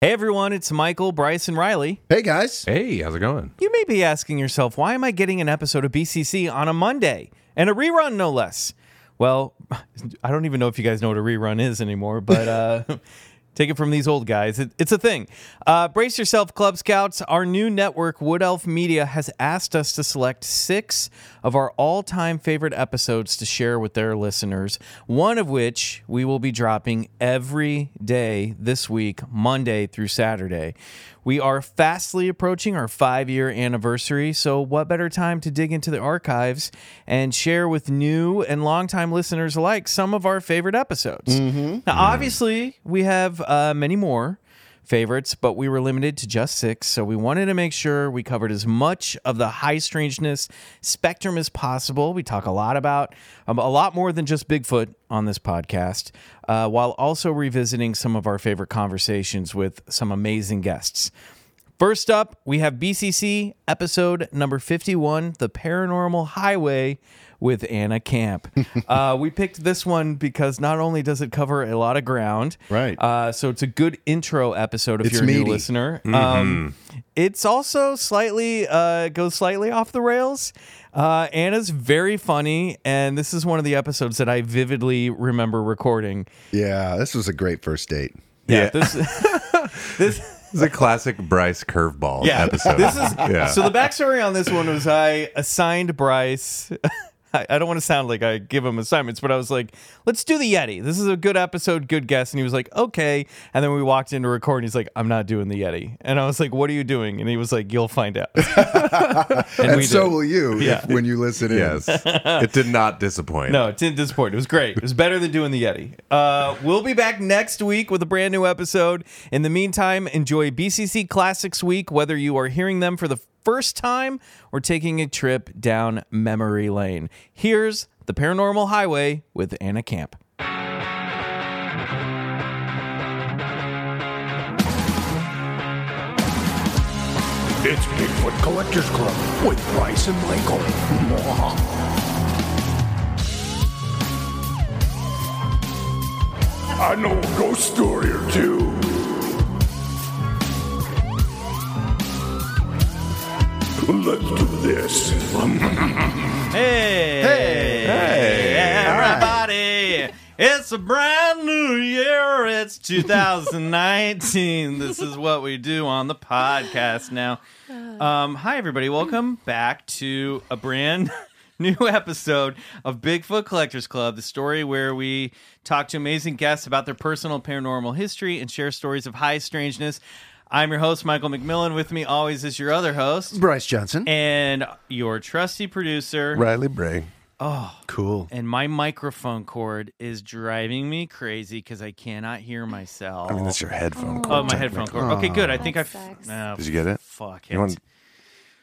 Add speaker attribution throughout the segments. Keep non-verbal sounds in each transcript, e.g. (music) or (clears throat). Speaker 1: Hey everyone, it's Michael, Bryce, and Riley.
Speaker 2: Hey guys.
Speaker 3: Hey, how's it going?
Speaker 1: You may be asking yourself, why am I getting an episode of BCC on a Monday and a rerun, no less? Well, (laughs) I don't even know if you guys know what a rerun is anymore, but uh, (laughs) take it from these old guys. It, it's a thing. Uh, brace yourself, Club Scouts. Our new network, Wood Elf Media, has asked us to select six of our all time favorite episodes to share with their listeners, one of which we will be dropping every day this week, Monday through Saturday. We are fastly approaching our five year anniversary, so what better time to dig into the archives and share with new and longtime listeners alike some of our favorite episodes? Now, obviously, we have uh, many more favorites, but we were limited to just six, so we wanted to make sure we covered as much of the high strangeness spectrum as possible. We talk a lot about um, a lot more than just Bigfoot on this podcast, uh, while also revisiting some of our favorite conversations with some amazing guests. First up, we have BCC episode number 51, The Paranormal Highway with
Speaker 2: (laughs)
Speaker 1: Anna Camp. uh, we picked this one because not only does it cover a lot of ground,
Speaker 2: Right.
Speaker 1: Uh, so it's a good intro episode if
Speaker 2: It's
Speaker 1: you're a new
Speaker 2: meaty. Mm-hmm.
Speaker 1: listener. Um, it's also slightly, uh, goes slightly off the rails. Uh, Anna's very funny, and this is one of the episodes that I vividly remember recording.
Speaker 2: Yeah, this was a great first date.
Speaker 1: Yeah.
Speaker 2: (laughs)
Speaker 1: This, this,
Speaker 3: It's a classic Bryce curveball
Speaker 1: yeah,
Speaker 3: episode.
Speaker 1: (laughs) This is
Speaker 3: yeah.
Speaker 1: so the backstory on this one was I assigned Bryce. (laughs) I I don't want to sound like I give him assignments, but I was like, let's do the Yeti. This is a good episode, good guess. And he was like, okay. And then we walked into record and he's like, I'm not doing the Yeti. And I was like, what are you doing? And he was like, you'll find out. (laughs)
Speaker 2: And,
Speaker 1: we
Speaker 2: so
Speaker 1: did.
Speaker 2: will you
Speaker 1: (laughs) Yeah.
Speaker 2: if, when you listen in.
Speaker 3: yes, it did not disappoint.
Speaker 1: No, it didn't disappoint. It was great. It was better than doing the Yeti. Uh, we'll be back next week with a brand new episode. In the meantime, enjoy BCC Classics Week, whether you are hearing them for the first time or taking a trip down memory lane. Here's The Paranormal Highway with Anna Camp.
Speaker 4: It's Bigfoot Collectors Club with Bryce and Michael. I know a ghost story or two. Let's do this.
Speaker 1: Hey! Hey! Everybody! It's a brand new year. It's (laughs) 2019. this is what we do on the podcast now. Um, hi, everybody. Welcome back to a brand (laughs) new episode of Bigfoot Collectors Club, the story where we talk to amazing guests about their personal paranormal history and share stories of high strangeness. I'm your host, Michael McMillan. With me always is your other host
Speaker 2: Bryce Johnson.
Speaker 1: and your trusty producer,
Speaker 3: (laughs) Riley Bray.
Speaker 2: cool.
Speaker 1: and my microphone cord is driving me crazy because I cannot hear myself.
Speaker 3: I mean, that's your headphone.
Speaker 1: oh,
Speaker 3: cord,
Speaker 1: my headphone
Speaker 3: technically.
Speaker 1: cord. Okay, good. I think I.
Speaker 5: sucks.
Speaker 1: Oh,
Speaker 3: Did you get it?
Speaker 1: Fuck it.
Speaker 3: You want-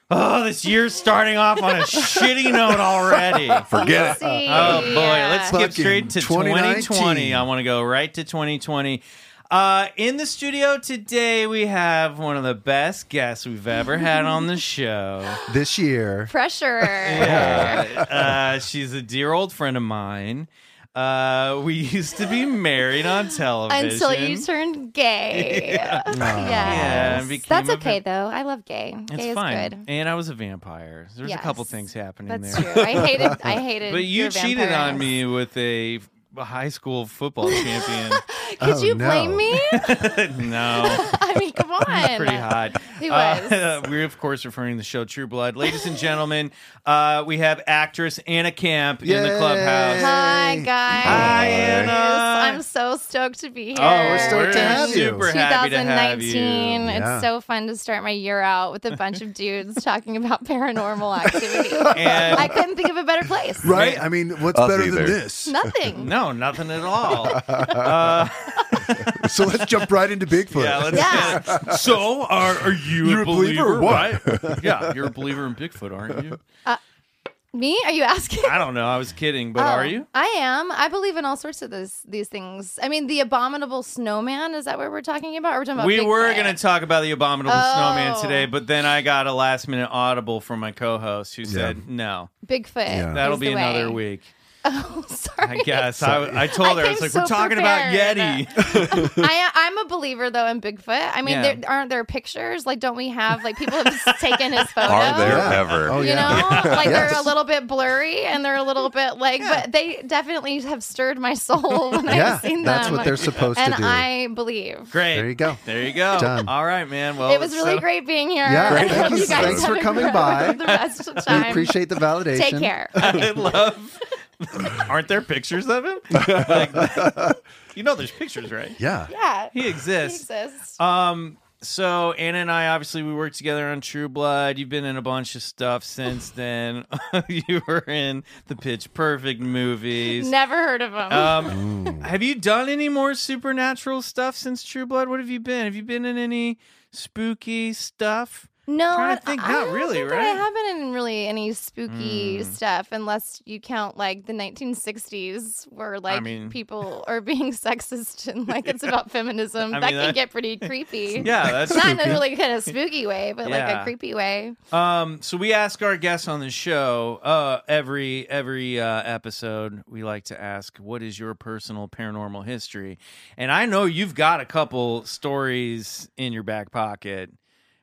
Speaker 1: Oh, this year's starting
Speaker 3: (laughs)
Speaker 1: off on a shitty note already.
Speaker 3: Forget it.
Speaker 5: See?
Speaker 1: Oh boy, let's skip
Speaker 2: Fucking
Speaker 1: straight to
Speaker 2: 2019.
Speaker 1: 2020. I want to go right to 2020. Uh, in the studio today, we have one of the best guests we've ever had on the show.
Speaker 2: This year,
Speaker 5: pressure.
Speaker 1: uh, she's a dear old friend of mine. Uh, we (laughs) used to be married on television.
Speaker 5: Until you turned
Speaker 1: (laughs)
Speaker 5: gay.
Speaker 2: (laughs)
Speaker 5: yeah.
Speaker 1: Oh. Yeah, and became
Speaker 5: That's
Speaker 1: a
Speaker 5: okay,
Speaker 1: va-
Speaker 5: though. I love gay.
Speaker 1: it's
Speaker 5: gay
Speaker 1: fine.
Speaker 5: is good.
Speaker 1: And I was a vampire. There's a couple
Speaker 5: Yes.
Speaker 1: things happening
Speaker 5: That's
Speaker 1: (laughs) there.
Speaker 5: true. I hated. I hated.
Speaker 1: But you
Speaker 5: your
Speaker 1: cheated on
Speaker 5: vampireness.
Speaker 1: me with a high school football
Speaker 5: (laughs)
Speaker 1: champion.
Speaker 5: Could
Speaker 2: Oh,
Speaker 5: you blame
Speaker 2: no.
Speaker 5: me? (laughs)
Speaker 1: no.
Speaker 5: I mean,
Speaker 1: (laughs)
Speaker 5: come on.
Speaker 1: Pretty hot.
Speaker 5: He
Speaker 1: Uh, (laughs) we're of course referring to the show True Blood, ladies and gentlemen. Uh, we have actress Anna Camp in the
Speaker 2: Yay.
Speaker 1: clubhouse.
Speaker 5: Hi,
Speaker 2: Hey.
Speaker 5: guys.
Speaker 1: Hi, Anna.
Speaker 5: I'm so stoked to be here.
Speaker 1: Oh, we're
Speaker 2: stoked to have you.
Speaker 1: super happy to have you.
Speaker 5: 2019.
Speaker 2: Yeah.
Speaker 5: It's so fun to start my year out with a bunch of dudes talking about paranormal activity.
Speaker 1: (laughs) And
Speaker 5: I couldn't think of a better place.
Speaker 2: Right? I mean, what's
Speaker 3: Us
Speaker 2: better
Speaker 3: either.
Speaker 2: than this?
Speaker 5: Nothing.
Speaker 1: no, nothing at all.
Speaker 2: So let's jump right into Bigfoot.
Speaker 1: Yeah, let's
Speaker 5: Yeah.
Speaker 1: get it. So, are, are you
Speaker 2: You're
Speaker 1: a believer? Right? yeah, you're a believer in Bigfoot, aren't you?
Speaker 5: Me? Are you asking?
Speaker 1: I don't know. I was kidding, but
Speaker 5: Oh,
Speaker 1: are you?
Speaker 5: I am. I believe in all sorts of this, these things. I mean, the abominable snowman. Is that what we're talking about? We're talking about.
Speaker 1: We
Speaker 5: Bigfoot.
Speaker 1: were going to talk about the abominable snowman
Speaker 5: Oh.
Speaker 1: today, but then I got a last minute audible from my co-host who said, "No,
Speaker 5: Bigfoot.
Speaker 2: Yeah.
Speaker 5: is
Speaker 1: that'll
Speaker 5: the
Speaker 1: be
Speaker 5: (laughs)
Speaker 1: another
Speaker 5: way.
Speaker 1: week."
Speaker 5: Oh, sorry. (laughs)
Speaker 1: I guess I, I told
Speaker 5: I
Speaker 1: her I was
Speaker 5: came
Speaker 1: like,
Speaker 5: so
Speaker 1: "We're talking
Speaker 5: prepared.
Speaker 1: about
Speaker 5: (laughs)
Speaker 1: Yeti."
Speaker 5: I, I'm a believer though in Bigfoot. I mean,
Speaker 1: Yeah.
Speaker 5: there aren't there pictures? Like, don't we have like people
Speaker 1: (laughs)
Speaker 5: have taken his photo?
Speaker 3: Are there
Speaker 2: Yeah.
Speaker 3: ever?
Speaker 2: Oh,
Speaker 5: You
Speaker 2: (laughs) yeah.
Speaker 5: know, like they're a
Speaker 2: Yes.
Speaker 5: little bit blurry and they're a little bit like, but they definitely have stirred my soul (laughs) when
Speaker 2: Yeah,
Speaker 5: I've seen them.
Speaker 2: that's what they're supposed to
Speaker 5: and
Speaker 2: do.
Speaker 5: I believe.
Speaker 1: Great.
Speaker 2: There you go.
Speaker 1: There you go.
Speaker 2: Done.
Speaker 1: All right, man. Well,
Speaker 5: it was
Speaker 1: Oh, it's
Speaker 5: really
Speaker 1: settled.
Speaker 5: great being here.
Speaker 2: Yeah,
Speaker 5: I
Speaker 2: great.
Speaker 5: hope
Speaker 2: Thanks-
Speaker 5: you guys
Speaker 2: thanks
Speaker 5: have
Speaker 2: for
Speaker 5: a
Speaker 2: coming
Speaker 5: great-
Speaker 2: by.
Speaker 5: The rest of the time.
Speaker 2: We appreciate the validation.
Speaker 5: um, Take
Speaker 1: (laughs)
Speaker 5: care.
Speaker 1: (laughs) I love. (laughs) Aren't there pictures of him?
Speaker 2: (laughs)
Speaker 1: Like, you know, there's pictures, right?
Speaker 2: Yeah.
Speaker 5: Yeah.
Speaker 1: He
Speaker 5: He
Speaker 1: exists.
Speaker 5: exists.
Speaker 1: Um, so Anna and I obviously we worked together on True Blood. You've been in a bunch of
Speaker 5: (sighs)
Speaker 1: stuff since then. (laughs) you were in the Pitch Perfect movies.
Speaker 5: Never heard of him.
Speaker 1: Um, have you done any more supernatural stuff since True Blood? What have you been? Have you been in any spooky stuff?
Speaker 5: No,
Speaker 1: Trying to
Speaker 5: I-
Speaker 1: think,
Speaker 5: I
Speaker 1: not
Speaker 5: don't
Speaker 1: really,
Speaker 5: think that
Speaker 1: right? Hmm.
Speaker 5: I haven't in really any spooky stuff, unless you count like the 1960s, where like
Speaker 1: mean-
Speaker 5: people are being (laughs) sexist and like it's
Speaker 1: (laughs)
Speaker 5: about feminism.
Speaker 1: I
Speaker 5: that
Speaker 1: mean,
Speaker 5: can
Speaker 1: that-
Speaker 5: get
Speaker 1: (laughs)
Speaker 5: pretty creepy.
Speaker 1: Yeah, that's
Speaker 5: Not in a really kind of spooky way, but like
Speaker 1: Yeah.
Speaker 5: a creepy way.
Speaker 1: Um, so we ask our guests on the show uh, every every uh, episode. We like to ask, "What is your personal paranormal history?" And I know you've got a couple stories in your back pocket.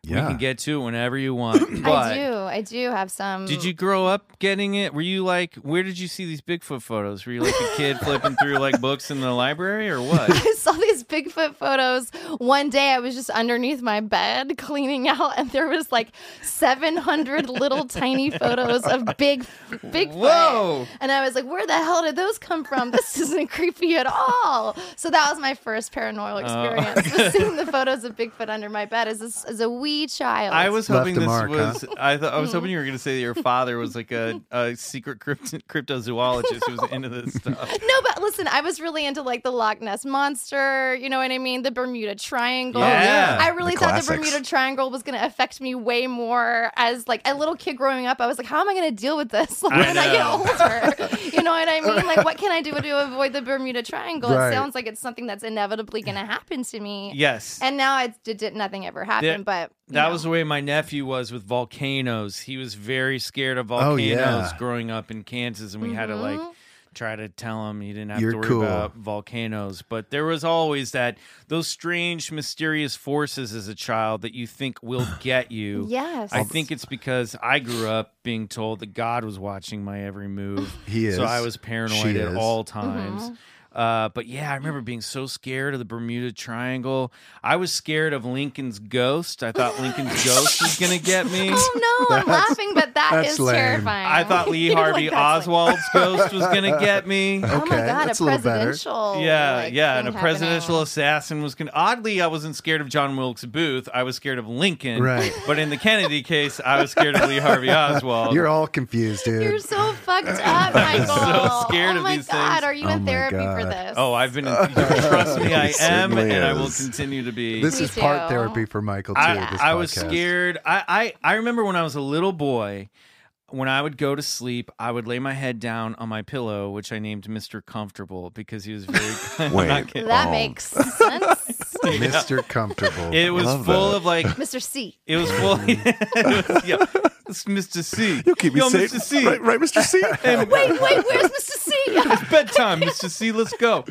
Speaker 1: We
Speaker 2: Yeah.
Speaker 1: can get to it whenever you want.
Speaker 5: (clears throat)
Speaker 1: But
Speaker 5: I do, I do have some.
Speaker 1: Did you grow up getting it? Were you like, where did you see these Bigfoot photos? Were you like a kid flipping through like books in the library or
Speaker 5: (laughs)
Speaker 1: what?
Speaker 5: I saw these Bigfoot photos. One day I was just underneath my bed (laughs) cleaning out and there was like 700 little tiny photos of big Bigfoot.
Speaker 1: Whoa.
Speaker 5: And I was like, where the hell did those come from? This (laughs) isn't creepy at all. So that was my first
Speaker 1: Oh.
Speaker 5: paranormal experience. was seeing the photos of Bigfoot under my bed as a, as a wee child.
Speaker 1: I was
Speaker 2: Left
Speaker 1: hoping
Speaker 2: a
Speaker 1: this
Speaker 2: mark, huh?
Speaker 1: was. I thought I was hoping you were going to say that your father was like a, a secret crypt- (laughs) cryptozoologist who was into this stuff.
Speaker 5: No, but listen, I was really into like the Loch Ness monster. You know what I mean? The Bermuda Triangle.
Speaker 1: Yeah.
Speaker 5: I really
Speaker 3: The
Speaker 5: thought the
Speaker 3: classics.
Speaker 5: Bermuda Triangle was going to affect me way more as like a little kid growing up. I was like, how am I going to deal with this (laughs) like,
Speaker 1: I
Speaker 5: when I get
Speaker 1: know.
Speaker 5: older? you know what I mean? Like, what can I do
Speaker 1: (laughs)
Speaker 5: to avoid the Bermuda Triangle?
Speaker 2: Right.
Speaker 5: It sounds like it's something that's inevitably going to happen to me.
Speaker 1: Yes,
Speaker 5: (laughs) And now it did, did nothing ever happened, but you
Speaker 1: that
Speaker 5: know.
Speaker 1: was the way my nephew was with volcanoes. He was very scared of volcanoes
Speaker 2: Oh, yeah. Mm-hmm.
Speaker 1: growing up in Kansas, and we had to like try to tell him he didn't have
Speaker 2: You're
Speaker 1: to worry
Speaker 2: cool.
Speaker 1: about volcanoes. But there was always that those strange, mysterious forces as a child that you
Speaker 2: (sighs)
Speaker 1: think will get you.
Speaker 5: Yes.
Speaker 1: I think it's because I grew up being told that God was watching my every move.
Speaker 2: He is.
Speaker 1: So I was paranoid
Speaker 2: She
Speaker 1: at
Speaker 2: is.
Speaker 1: all times.
Speaker 5: Mm-hmm.
Speaker 1: Uh, but yeah, I remember being so scared of the Bermuda Triangle. I was scared of Lincoln's ghost. I
Speaker 5: (laughs)
Speaker 1: thought Lincoln's ghost was going to get me.
Speaker 5: Oh
Speaker 1: (laughs)
Speaker 5: no, I'm
Speaker 2: That's-
Speaker 5: laughing, but that
Speaker 2: that's
Speaker 5: is
Speaker 2: lame.
Speaker 5: terrifying.
Speaker 1: I
Speaker 5: (laughs)
Speaker 1: thought Lee
Speaker 5: You're like,
Speaker 1: Harvey
Speaker 5: "That's lame."
Speaker 1: Oswald's ghost was
Speaker 5: (laughs)
Speaker 1: going to get me.
Speaker 5: Oh my
Speaker 2: Okay,
Speaker 5: god,
Speaker 2: that's a
Speaker 5: a
Speaker 2: little better.
Speaker 5: presidential.
Speaker 1: Yeah,
Speaker 5: like,
Speaker 1: yeah,
Speaker 5: thing
Speaker 1: and a presidential
Speaker 5: happening.
Speaker 1: assassin was gonna. Oddly, I wasn't scared of John Wilkes Booth. I was scared of Lincoln.
Speaker 2: Right.
Speaker 1: But in the Kennedy case, I was scared of Lee Harvey Oswald.
Speaker 2: You're all confused, dude.
Speaker 5: You're so
Speaker 1: (laughs)
Speaker 5: fucked up, Michael.
Speaker 1: so scared
Speaker 5: oh
Speaker 1: of
Speaker 5: my
Speaker 1: these
Speaker 5: god,
Speaker 1: things.
Speaker 5: are you
Speaker 2: Oh
Speaker 5: in
Speaker 2: my
Speaker 5: therapy for
Speaker 2: God.
Speaker 5: this?
Speaker 1: oh, I've been. In, trust me, I
Speaker 3: He
Speaker 1: am,
Speaker 3: certainly
Speaker 1: and I will
Speaker 3: is.
Speaker 1: continue to be.
Speaker 2: this
Speaker 5: Me
Speaker 2: is part
Speaker 5: too.
Speaker 2: therapy for Michael too.
Speaker 1: I,
Speaker 2: this
Speaker 1: I was
Speaker 2: podcast. (laughs)
Speaker 1: scared. (laughs) I, I I remember when I was a little boy, when I would go to sleep, I would lay my head down on my pillow, which I named Mister Comfortable because he was
Speaker 3: (laughs)
Speaker 1: very. I'm
Speaker 3: Wait.
Speaker 1: not kidding.
Speaker 5: that
Speaker 3: Oh.
Speaker 5: makes sense. (laughs)
Speaker 2: Mr. Comfortable.
Speaker 1: It was
Speaker 3: Love
Speaker 1: full
Speaker 3: that.
Speaker 1: of like
Speaker 5: Mr. C.
Speaker 1: It was full. it was, (laughs) yeah, it's Mr. C.
Speaker 3: You'll keep me
Speaker 1: Yo,
Speaker 3: safe.
Speaker 1: Mr. C.
Speaker 3: Right, right, Mr.
Speaker 1: (laughs)
Speaker 3: C?
Speaker 1: And
Speaker 5: Wait, wait, where's Mr.
Speaker 1: (laughs)
Speaker 5: C?
Speaker 1: it's bedtime, Mr. C. Let's go.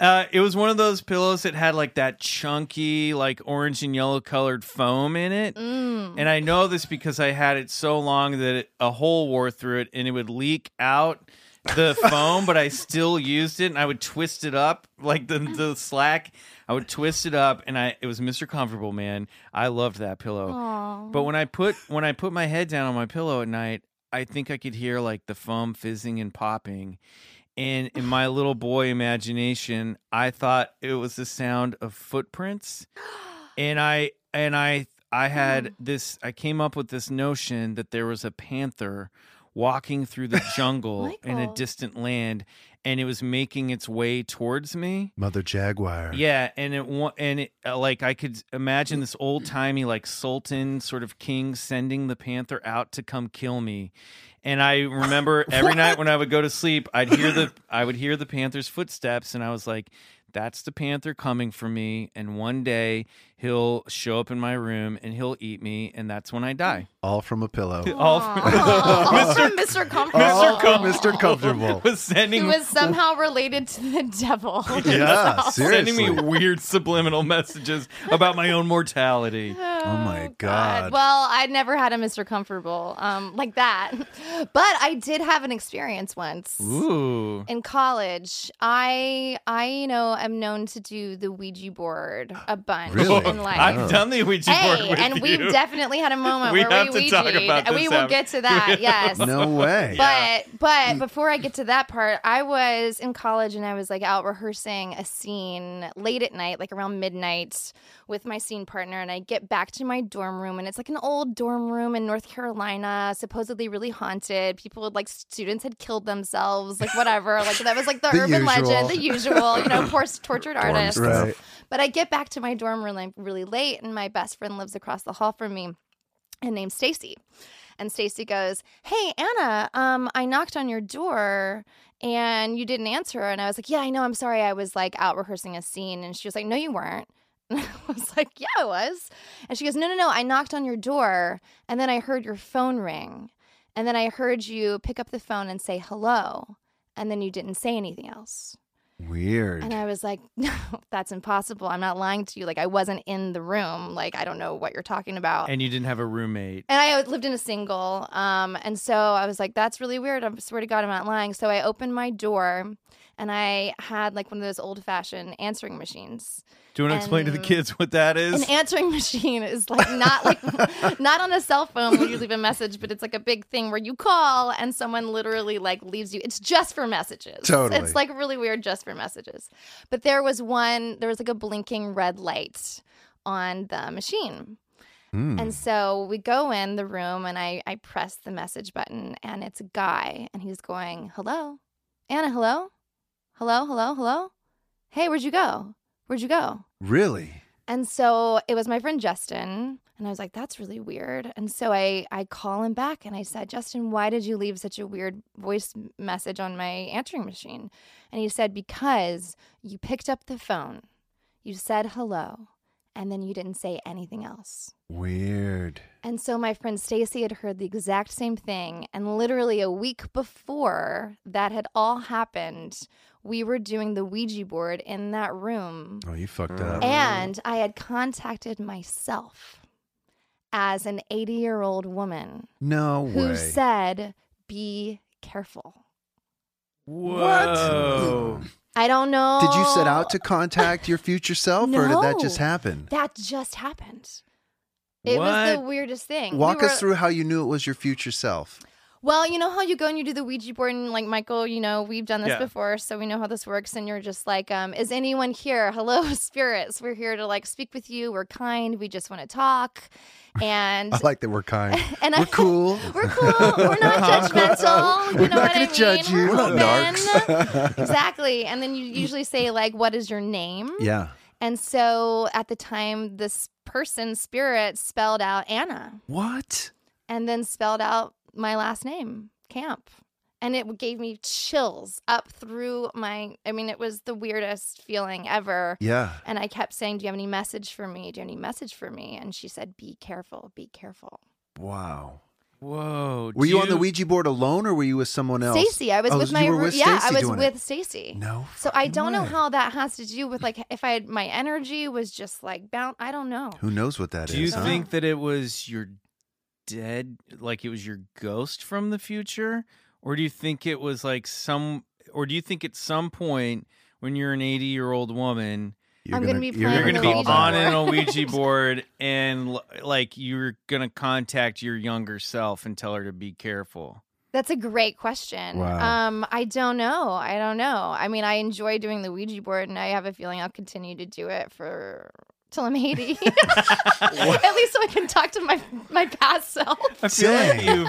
Speaker 1: Uh, it was one of those pillows that had like that chunky, like orange and yellow colored foam in it. And I know this because I had it so long that it, a hole wore through it and it would leak out. the foam, but I still used it, and I would twist it up like the the slack. I would twist it up, and I it was Mr. Comfortable, man. I loved that pillow. But when I put when I put my head down on my pillow at night, I think I could hear like the foam fizzing and popping. And in my little boy imagination, I thought it was the sound of footprints. And I and I I had this I came up with this notion that there was a panther walking through the jungle in a
Speaker 5: Michael.
Speaker 1: distant land and it was making its way towards me.
Speaker 2: Mother Jaguar.
Speaker 1: Yeah, and it wa- and it, uh, like I could imagine this old timey like sultan sort of king sending the panther out to come kill me. And I remember every night when I would go to sleep, I'd hear the I would hear the panther's footsteps, and I was like, "That's the panther coming for me." And one day he'll show up in my room and he'll eat me, and that's when I die.
Speaker 2: All from a pillow.
Speaker 1: All (laughs)
Speaker 5: Mr. Mr. Oh, Comfortable.
Speaker 2: All from Mr.
Speaker 1: (laughs)
Speaker 2: Comfortable.
Speaker 1: was
Speaker 5: He
Speaker 1: sending
Speaker 5: was somehow related to the
Speaker 1: Oh
Speaker 5: devil. (laughs)
Speaker 2: yeah,
Speaker 1: sending
Speaker 2: seriously.
Speaker 1: me weird subliminal messages about my own
Speaker 5: (sighs)
Speaker 1: mortality.
Speaker 2: oh my God.
Speaker 5: God. Well, I never had a Mr. Comfortable um, like that, but I did have an experience once.
Speaker 1: Ooh.
Speaker 5: in college i i you know am known to do the ouija board a bunch
Speaker 2: Really?
Speaker 5: in life
Speaker 1: I've done the Ouija (laughs) board
Speaker 5: Hey,
Speaker 1: with
Speaker 5: and
Speaker 1: you.
Speaker 5: we've definitely
Speaker 1: (laughs)
Speaker 5: had a moment
Speaker 1: We
Speaker 5: where
Speaker 1: have
Speaker 5: we
Speaker 1: to talk
Speaker 5: Ouija'd,
Speaker 1: about
Speaker 5: and we
Speaker 1: this um,
Speaker 5: will
Speaker 1: after- (laughs)
Speaker 5: get to that.
Speaker 2: (laughs)
Speaker 5: Yes.
Speaker 2: no
Speaker 5: (laughs)
Speaker 2: Mm. way.
Speaker 5: But but before I get to that part, I was in college and I was like out rehearsing a scene late at night, like around midnight, with my scene partner. And I get back to my dorm room, and it's like an old dorm room in North Carolina, supposedly really haunted. People had like students had killed themselves, like whatever. Like that was like the,
Speaker 2: The
Speaker 5: urban legend,
Speaker 2: usual.
Speaker 5: the usual,
Speaker 2: (laughs)
Speaker 5: you know, poor tortured artists.
Speaker 2: Right.
Speaker 5: But I get back to my dorm room like, really late, and my best friend lives across the hall from me, and named Stacy. And Stacy goes, "Hey Anna, um, I knocked on your door and you didn't answer." And I was like, "Yeah, I know. I'm sorry. I was like out rehearsing a scene." And she was like, "No, you weren't." (laughs) And I was like, "Yeah, I was." And she goes, "No, no, no. I knocked on your door and then I heard your phone ring, and then I heard you pick up the phone and say hello, and then you didn't say anything else."
Speaker 2: Weird.
Speaker 5: And I was like, (laughs) no, that's impossible. I'm not lying to you. Like, I wasn't in the room. Like, I don't know what you're talking about. And,
Speaker 1: and you didn't have a roommate.
Speaker 5: I lived in a single. Um, and so I was like, that's really weird. I swear to God, I'm not lying. So I opened my door and I had like one of those old fashioned answering machines.
Speaker 1: Do you want to explain to the
Speaker 5: And-
Speaker 1: kids what that is?
Speaker 5: An answering (laughs) machine is like not like (laughs) not on a cell phone where you leave a message, but it's like a big thing where you call and someone literally like leaves you. It's just for messages.
Speaker 2: Totally.
Speaker 5: It's like really weird just for messages. But there was one there was like a blinking red light on the machine. And so we go in the room and I, I press the message button and it's a guy and he's going, Hello? Anna, hello? Hello, hello, hello? Hey, where'd you go? Where'd you go?
Speaker 2: really?
Speaker 5: And so it was my friend Justin, and I was like, "That's really weird." And so I I call him back and I said, "Justin, why did you leave such a weird voice m- message on my answering machine?" And he said, "Because you picked up the phone, you said hello, and then you didn't say anything else."
Speaker 2: Weird.
Speaker 5: And so my friend Stacy had heard the exact same thing, and literally a week before that had all happened, we were doing the Ouija board in that room.
Speaker 2: Oh, you fucked up.
Speaker 5: And I had contacted myself as an 80 year old woman
Speaker 2: no
Speaker 5: who
Speaker 2: way.
Speaker 5: said, Be careful.
Speaker 1: Whoa.
Speaker 5: I don't know.
Speaker 2: Did you set out to contact your future self, or did that just
Speaker 5: No.
Speaker 2: happen?
Speaker 5: That just happened. It was the
Speaker 1: What?
Speaker 5: weirdest thing. We
Speaker 2: Walk
Speaker 5: were-
Speaker 2: us through how you knew it was your future self.
Speaker 5: Well, you know how you go and you do the Ouija board, and like Michael, you know, we've done this
Speaker 1: Yeah.
Speaker 5: before, so we know how this works. And you're just like, um, is anyone here? (laughs) Hello, spirits. We're here to like speak with you. We're kind. We just want to talk. And
Speaker 2: I like that we're kind.
Speaker 5: (laughs) And
Speaker 2: we're
Speaker 5: I-
Speaker 2: cool.
Speaker 5: (laughs) We're cool. We're
Speaker 2: (laughs)
Speaker 5: not judgmental. You
Speaker 2: We're
Speaker 5: know
Speaker 2: not
Speaker 5: what I
Speaker 2: gonna
Speaker 5: mean?
Speaker 2: judge you.
Speaker 5: We're,
Speaker 2: We're not (laughs)
Speaker 5: open. (laughs) exactly. And then you usually say like, "What is your name?"
Speaker 2: yeah.
Speaker 5: And so at the time, this person spirit spelled out Anna,
Speaker 2: What?
Speaker 5: and then spelled out my last name, Camp. And it gave me chills up through my. I mean, it was the weirdest feeling ever.
Speaker 2: Yeah.
Speaker 5: And I kept saying, Do you have any message for me? Do you have any message for me? And she said, Be careful, be careful.
Speaker 2: Wow.
Speaker 1: Whoa.
Speaker 2: Were
Speaker 1: do
Speaker 2: you on the Ouija board alone, or were you with someone else?
Speaker 5: Stacy, I was
Speaker 2: Oh,
Speaker 5: with
Speaker 2: you
Speaker 5: my
Speaker 2: were
Speaker 5: roo-
Speaker 2: with
Speaker 5: yeah,
Speaker 2: Stacy
Speaker 5: I was
Speaker 2: doing
Speaker 5: with
Speaker 2: it.
Speaker 5: Stacy.
Speaker 2: No
Speaker 5: So I don't know
Speaker 2: fucking way.
Speaker 5: how that has to do with like if I had my energy was just like bound. I don't know.
Speaker 2: Who knows what that is?
Speaker 1: Do you
Speaker 2: huh?
Speaker 1: think that it was your dead, like it was your ghost from the future? Or do you think it was like some, or do you think at some point when you're an 80 year old woman,
Speaker 3: You're
Speaker 5: I'm gonna be
Speaker 3: you're
Speaker 5: playing
Speaker 1: you're going to be
Speaker 5: Ouija
Speaker 1: on
Speaker 5: board.
Speaker 1: an
Speaker 5: (laughs)
Speaker 1: Ouija board and l- like you're going to contact your younger self and tell her to be careful?
Speaker 5: That's a great question.
Speaker 2: Wow.
Speaker 5: Um, I don't know. I don't know. I mean, I enjoy doing the Ouija board, and I have a feeling I'll continue to do it for till I'm (laughs) 80. At least so I can talk to my my past self.
Speaker 1: I feel like
Speaker 2: Dang.
Speaker 1: you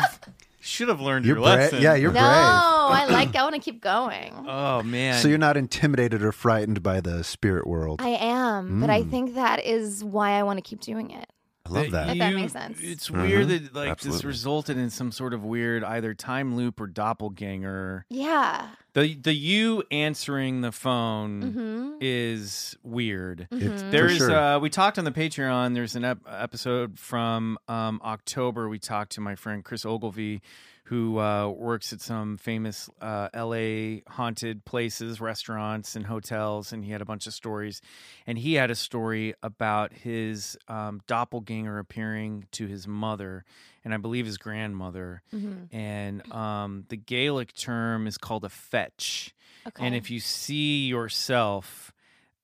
Speaker 1: should have learned
Speaker 2: You're
Speaker 1: your
Speaker 2: bra-
Speaker 1: lesson.
Speaker 2: yeah, you're
Speaker 5: No, I like. I want to keep going.
Speaker 1: Oh man.
Speaker 2: brave. So you're not intimidated or frightened by the spirit world.
Speaker 5: I am, but
Speaker 2: Hmm.
Speaker 5: I think that is why I want to keep doing it.
Speaker 2: I love Mm-hmm. that.
Speaker 5: If that makes sense.
Speaker 1: It's
Speaker 3: Mhm.
Speaker 1: weird that like this
Speaker 3: Absolutely.
Speaker 1: resulted in some sort of weird either time loop or doppelganger.
Speaker 5: Yeah.
Speaker 1: The the you answering the phone
Speaker 5: Mm-hmm.
Speaker 1: is weird.
Speaker 2: It's for
Speaker 1: There's
Speaker 2: sure.
Speaker 1: uh we talked on the Patreon, there's an ep- episode from um October we talked to my friend Chris Ogilvy who uh, works at some famous uh, LA haunted places, restaurants and hotels and he had a bunch of stories and he had a story about his um, doppelganger appearing to his mother and I believe his grandmother
Speaker 5: Mm-hmm.
Speaker 1: and um, the Gaelic term is called a fetch.
Speaker 5: Okay.
Speaker 1: And if you see yourself,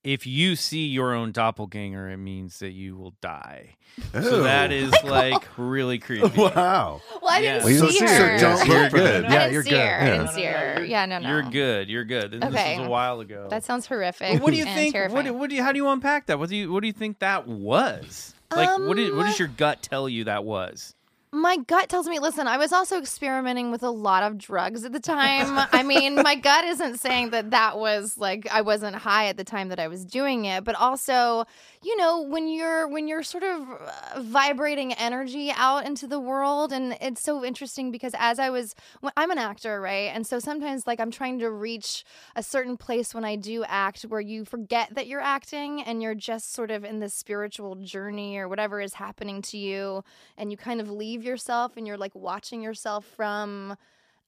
Speaker 1: if you see your own doppelganger, it means that you will die. So that is (laughs) like really creepy.
Speaker 2: (laughs) Wow.
Speaker 5: well, I didn't
Speaker 1: Well, you
Speaker 2: don't
Speaker 5: see
Speaker 2: see
Speaker 5: her.
Speaker 2: her. So don't
Speaker 5: I
Speaker 2: look
Speaker 5: didn't
Speaker 2: for them.
Speaker 5: see
Speaker 2: Yeah,
Speaker 5: her.
Speaker 2: you're good.
Speaker 5: I
Speaker 3: Yeah.
Speaker 5: didn't see her. Yeah, no, no.
Speaker 1: You're good. You're good. This, this
Speaker 5: Okay.
Speaker 1: was a while ago.
Speaker 5: That sounds horrific.
Speaker 1: But what do you
Speaker 5: and
Speaker 1: think? What, do-
Speaker 5: terrifying.
Speaker 1: what do you? How do you unpack that? What do you? What do you think that was? Like, what did? What
Speaker 5: Um,
Speaker 1: does your gut tell you that was?
Speaker 5: My gut tells me, listen, I was also experimenting with a lot of drugs at the time. I mean,
Speaker 1: (laughs)
Speaker 5: my gut isn't saying that that was like I wasn't high at the time that I was doing it, but also, you know, when you're when you're sort of uh, vibrating energy out into the world and it's so interesting because as I was when I'm an actor, right? And so sometimes like I'm trying to reach a certain place when I do act where you forget that you're acting and you're just sort of in this spiritual journey or whatever is happening to you and you kind of leave yourself and you're like watching yourself from (clears throat)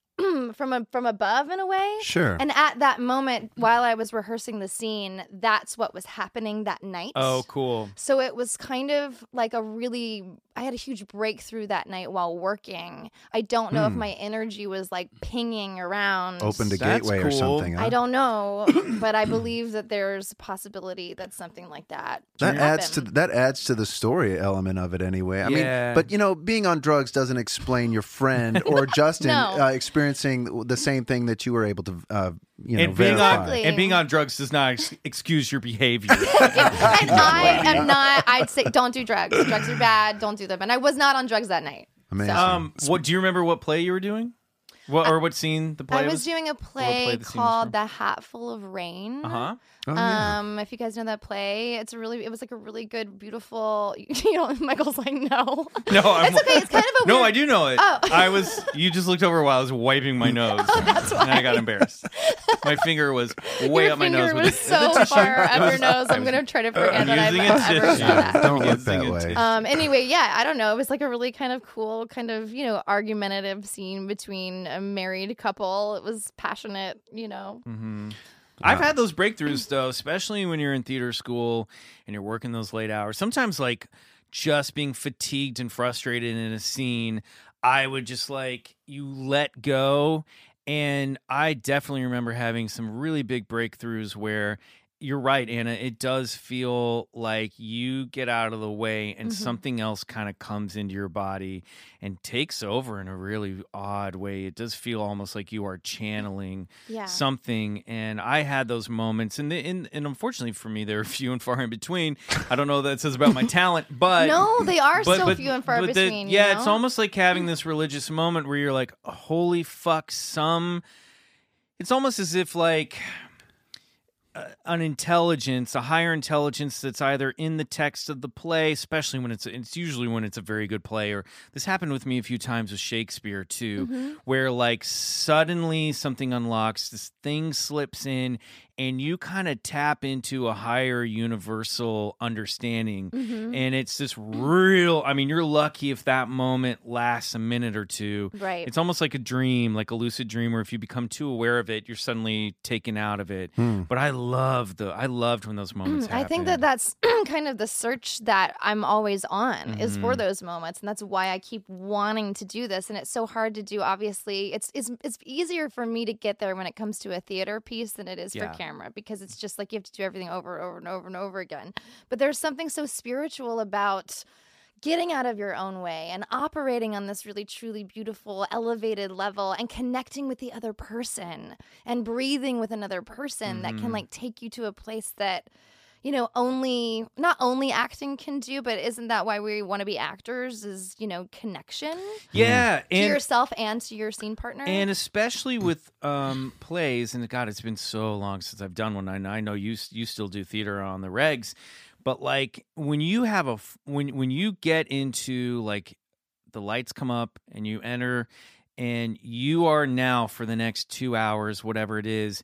Speaker 5: from a, from above in a way.
Speaker 2: Sure.
Speaker 5: And at that moment while I was rehearsing the scene, that's what was happening that night.
Speaker 1: Oh, cool.
Speaker 5: So it was kind of like a really I had a huge breakthrow that night while working. I don't
Speaker 2: Hmm.
Speaker 5: know if my energy was like pinging around.
Speaker 2: Opened a
Speaker 1: That's
Speaker 2: gateway or
Speaker 1: cool.
Speaker 2: something. huh?
Speaker 5: I
Speaker 2: (coughs)
Speaker 5: don't know, but I believe that there's a possibility that something like that
Speaker 2: That adds to
Speaker 5: happened.
Speaker 2: that adds to the story element of it anyway. I
Speaker 1: Yeah.
Speaker 2: mean, but you know, being on drugs doesn't explain your friend or Justin
Speaker 5: (laughs) no.
Speaker 2: uh, experiencing the same thing that you were able to, uh, you know,
Speaker 1: and being
Speaker 2: verify.
Speaker 1: on
Speaker 5: Exactly.
Speaker 1: and being on drugs does not ex- excuse
Speaker 5: (laughs)
Speaker 1: your behavior.
Speaker 5: and I am not. I'd say don't do drugs. Drugs are bad. Don't do them. And I was not on drugs that night.
Speaker 2: Amazing.
Speaker 1: um, what do you remember? What play you were doing? What or what scene? The play
Speaker 5: I was doing a play,
Speaker 1: play the scene was from?
Speaker 5: called "The Hatful of Rain."
Speaker 1: Uh huh.
Speaker 2: Oh, yeah.
Speaker 5: Um, if you guys know that play, it's a really, it was like a really good, beautiful. (laughs) You know, Michael's like, no,
Speaker 1: No, I'm,
Speaker 5: it's okay. It's kind (laughs) of a
Speaker 1: no,
Speaker 5: weird-
Speaker 1: I do know it.
Speaker 5: Oh.
Speaker 1: I was. You just looked over while I was wiping my nose.
Speaker 5: (laughs) that's
Speaker 1: And I got embarrassed. My finger
Speaker 5: (laughs)
Speaker 1: was way
Speaker 5: Your
Speaker 1: up my
Speaker 5: finger
Speaker 1: nose. with
Speaker 5: was
Speaker 1: it.
Speaker 5: (laughs) so far up your nose. I'm
Speaker 1: was-
Speaker 5: gonna try to forget
Speaker 1: I'm "Oh,
Speaker 5: that I've
Speaker 1: using a
Speaker 5: ever
Speaker 1: tissue.
Speaker 5: said that.
Speaker 2: Don't look
Speaker 1: Using
Speaker 2: that
Speaker 1: a
Speaker 2: way.
Speaker 1: tissue.
Speaker 5: Um, anyway, yeah, I don't know. It was like a really kind of cool, kind of, you know, argumentative scene between a married couple. It was passionate, you know.
Speaker 1: Mm. I've had those breakthroughs though, especially when you're in theater school and you're working those late hours. Sometimes like just being fatigued and frustrated in a scene, I would just like you let go and I definitely remember having some really big breakthroughs where you're right, Anna. It does feel like you get out of the way and
Speaker 5: Mhm.
Speaker 1: something else kind of comes into your body and takes over in a really odd way. It does feel almost like you are channeling
Speaker 5: Yeah.
Speaker 1: something and i had those moments and, the, and and unfortunately for me they're (laughs) few and far in between i don't know what that says about my
Speaker 5: (laughs)
Speaker 1: talent but
Speaker 5: no, they are
Speaker 1: uh, but,
Speaker 5: so
Speaker 1: but-
Speaker 5: few and far
Speaker 1: but the-
Speaker 5: between. you
Speaker 1: yeah it's
Speaker 5: know? Mm.
Speaker 1: almost like having this religious moment where you're like holy fuck some it's almost as if like uh, an intelligence, a higher intelligence that's either in the text of the play, especially when it's it's usually when it's a very good play, or this happened with me a few times with Shakespeare too, where like suddenly something unlocks, this thing slips in, and you kind of tap into a higher universal understanding. And it's this real, I mean, you're lucky if that moment lasts a minute or two.
Speaker 5: Right.
Speaker 1: It's almost like a dream, like a lucid dream, where if you become too aware of it, you're suddenly taken out of it. But I love the, I loved when those moments
Speaker 5: I
Speaker 1: happen.
Speaker 5: think that that's (clears throat) kind of the search that I'm always on is for those moments, and that's why I keep wanting to do this. And it's so hard to do. Obviously, it's it's it's easier for me to get there when it comes to a theater piece than it is
Speaker 1: Yeah.
Speaker 5: for camera because it's just like you have to do everything over and over and over and over again. But there's something so spiritual about getting out of your own way and operating on this really truly beautiful elevated level and connecting with the other person and breathing with another person that can like take you to a place that you know only not only acting can do but isn't that why we want to be actors is you know connection
Speaker 1: yeah.
Speaker 5: to
Speaker 1: And,
Speaker 5: yourself and to your scene partner
Speaker 1: and especially with um, plays, and God, it's been so long since I've done one. I, I know you s- you still do theater on the regs, but like when you have a f- when when you get into like the lights come up and you enter, and you are now for the next two hours, whatever it is.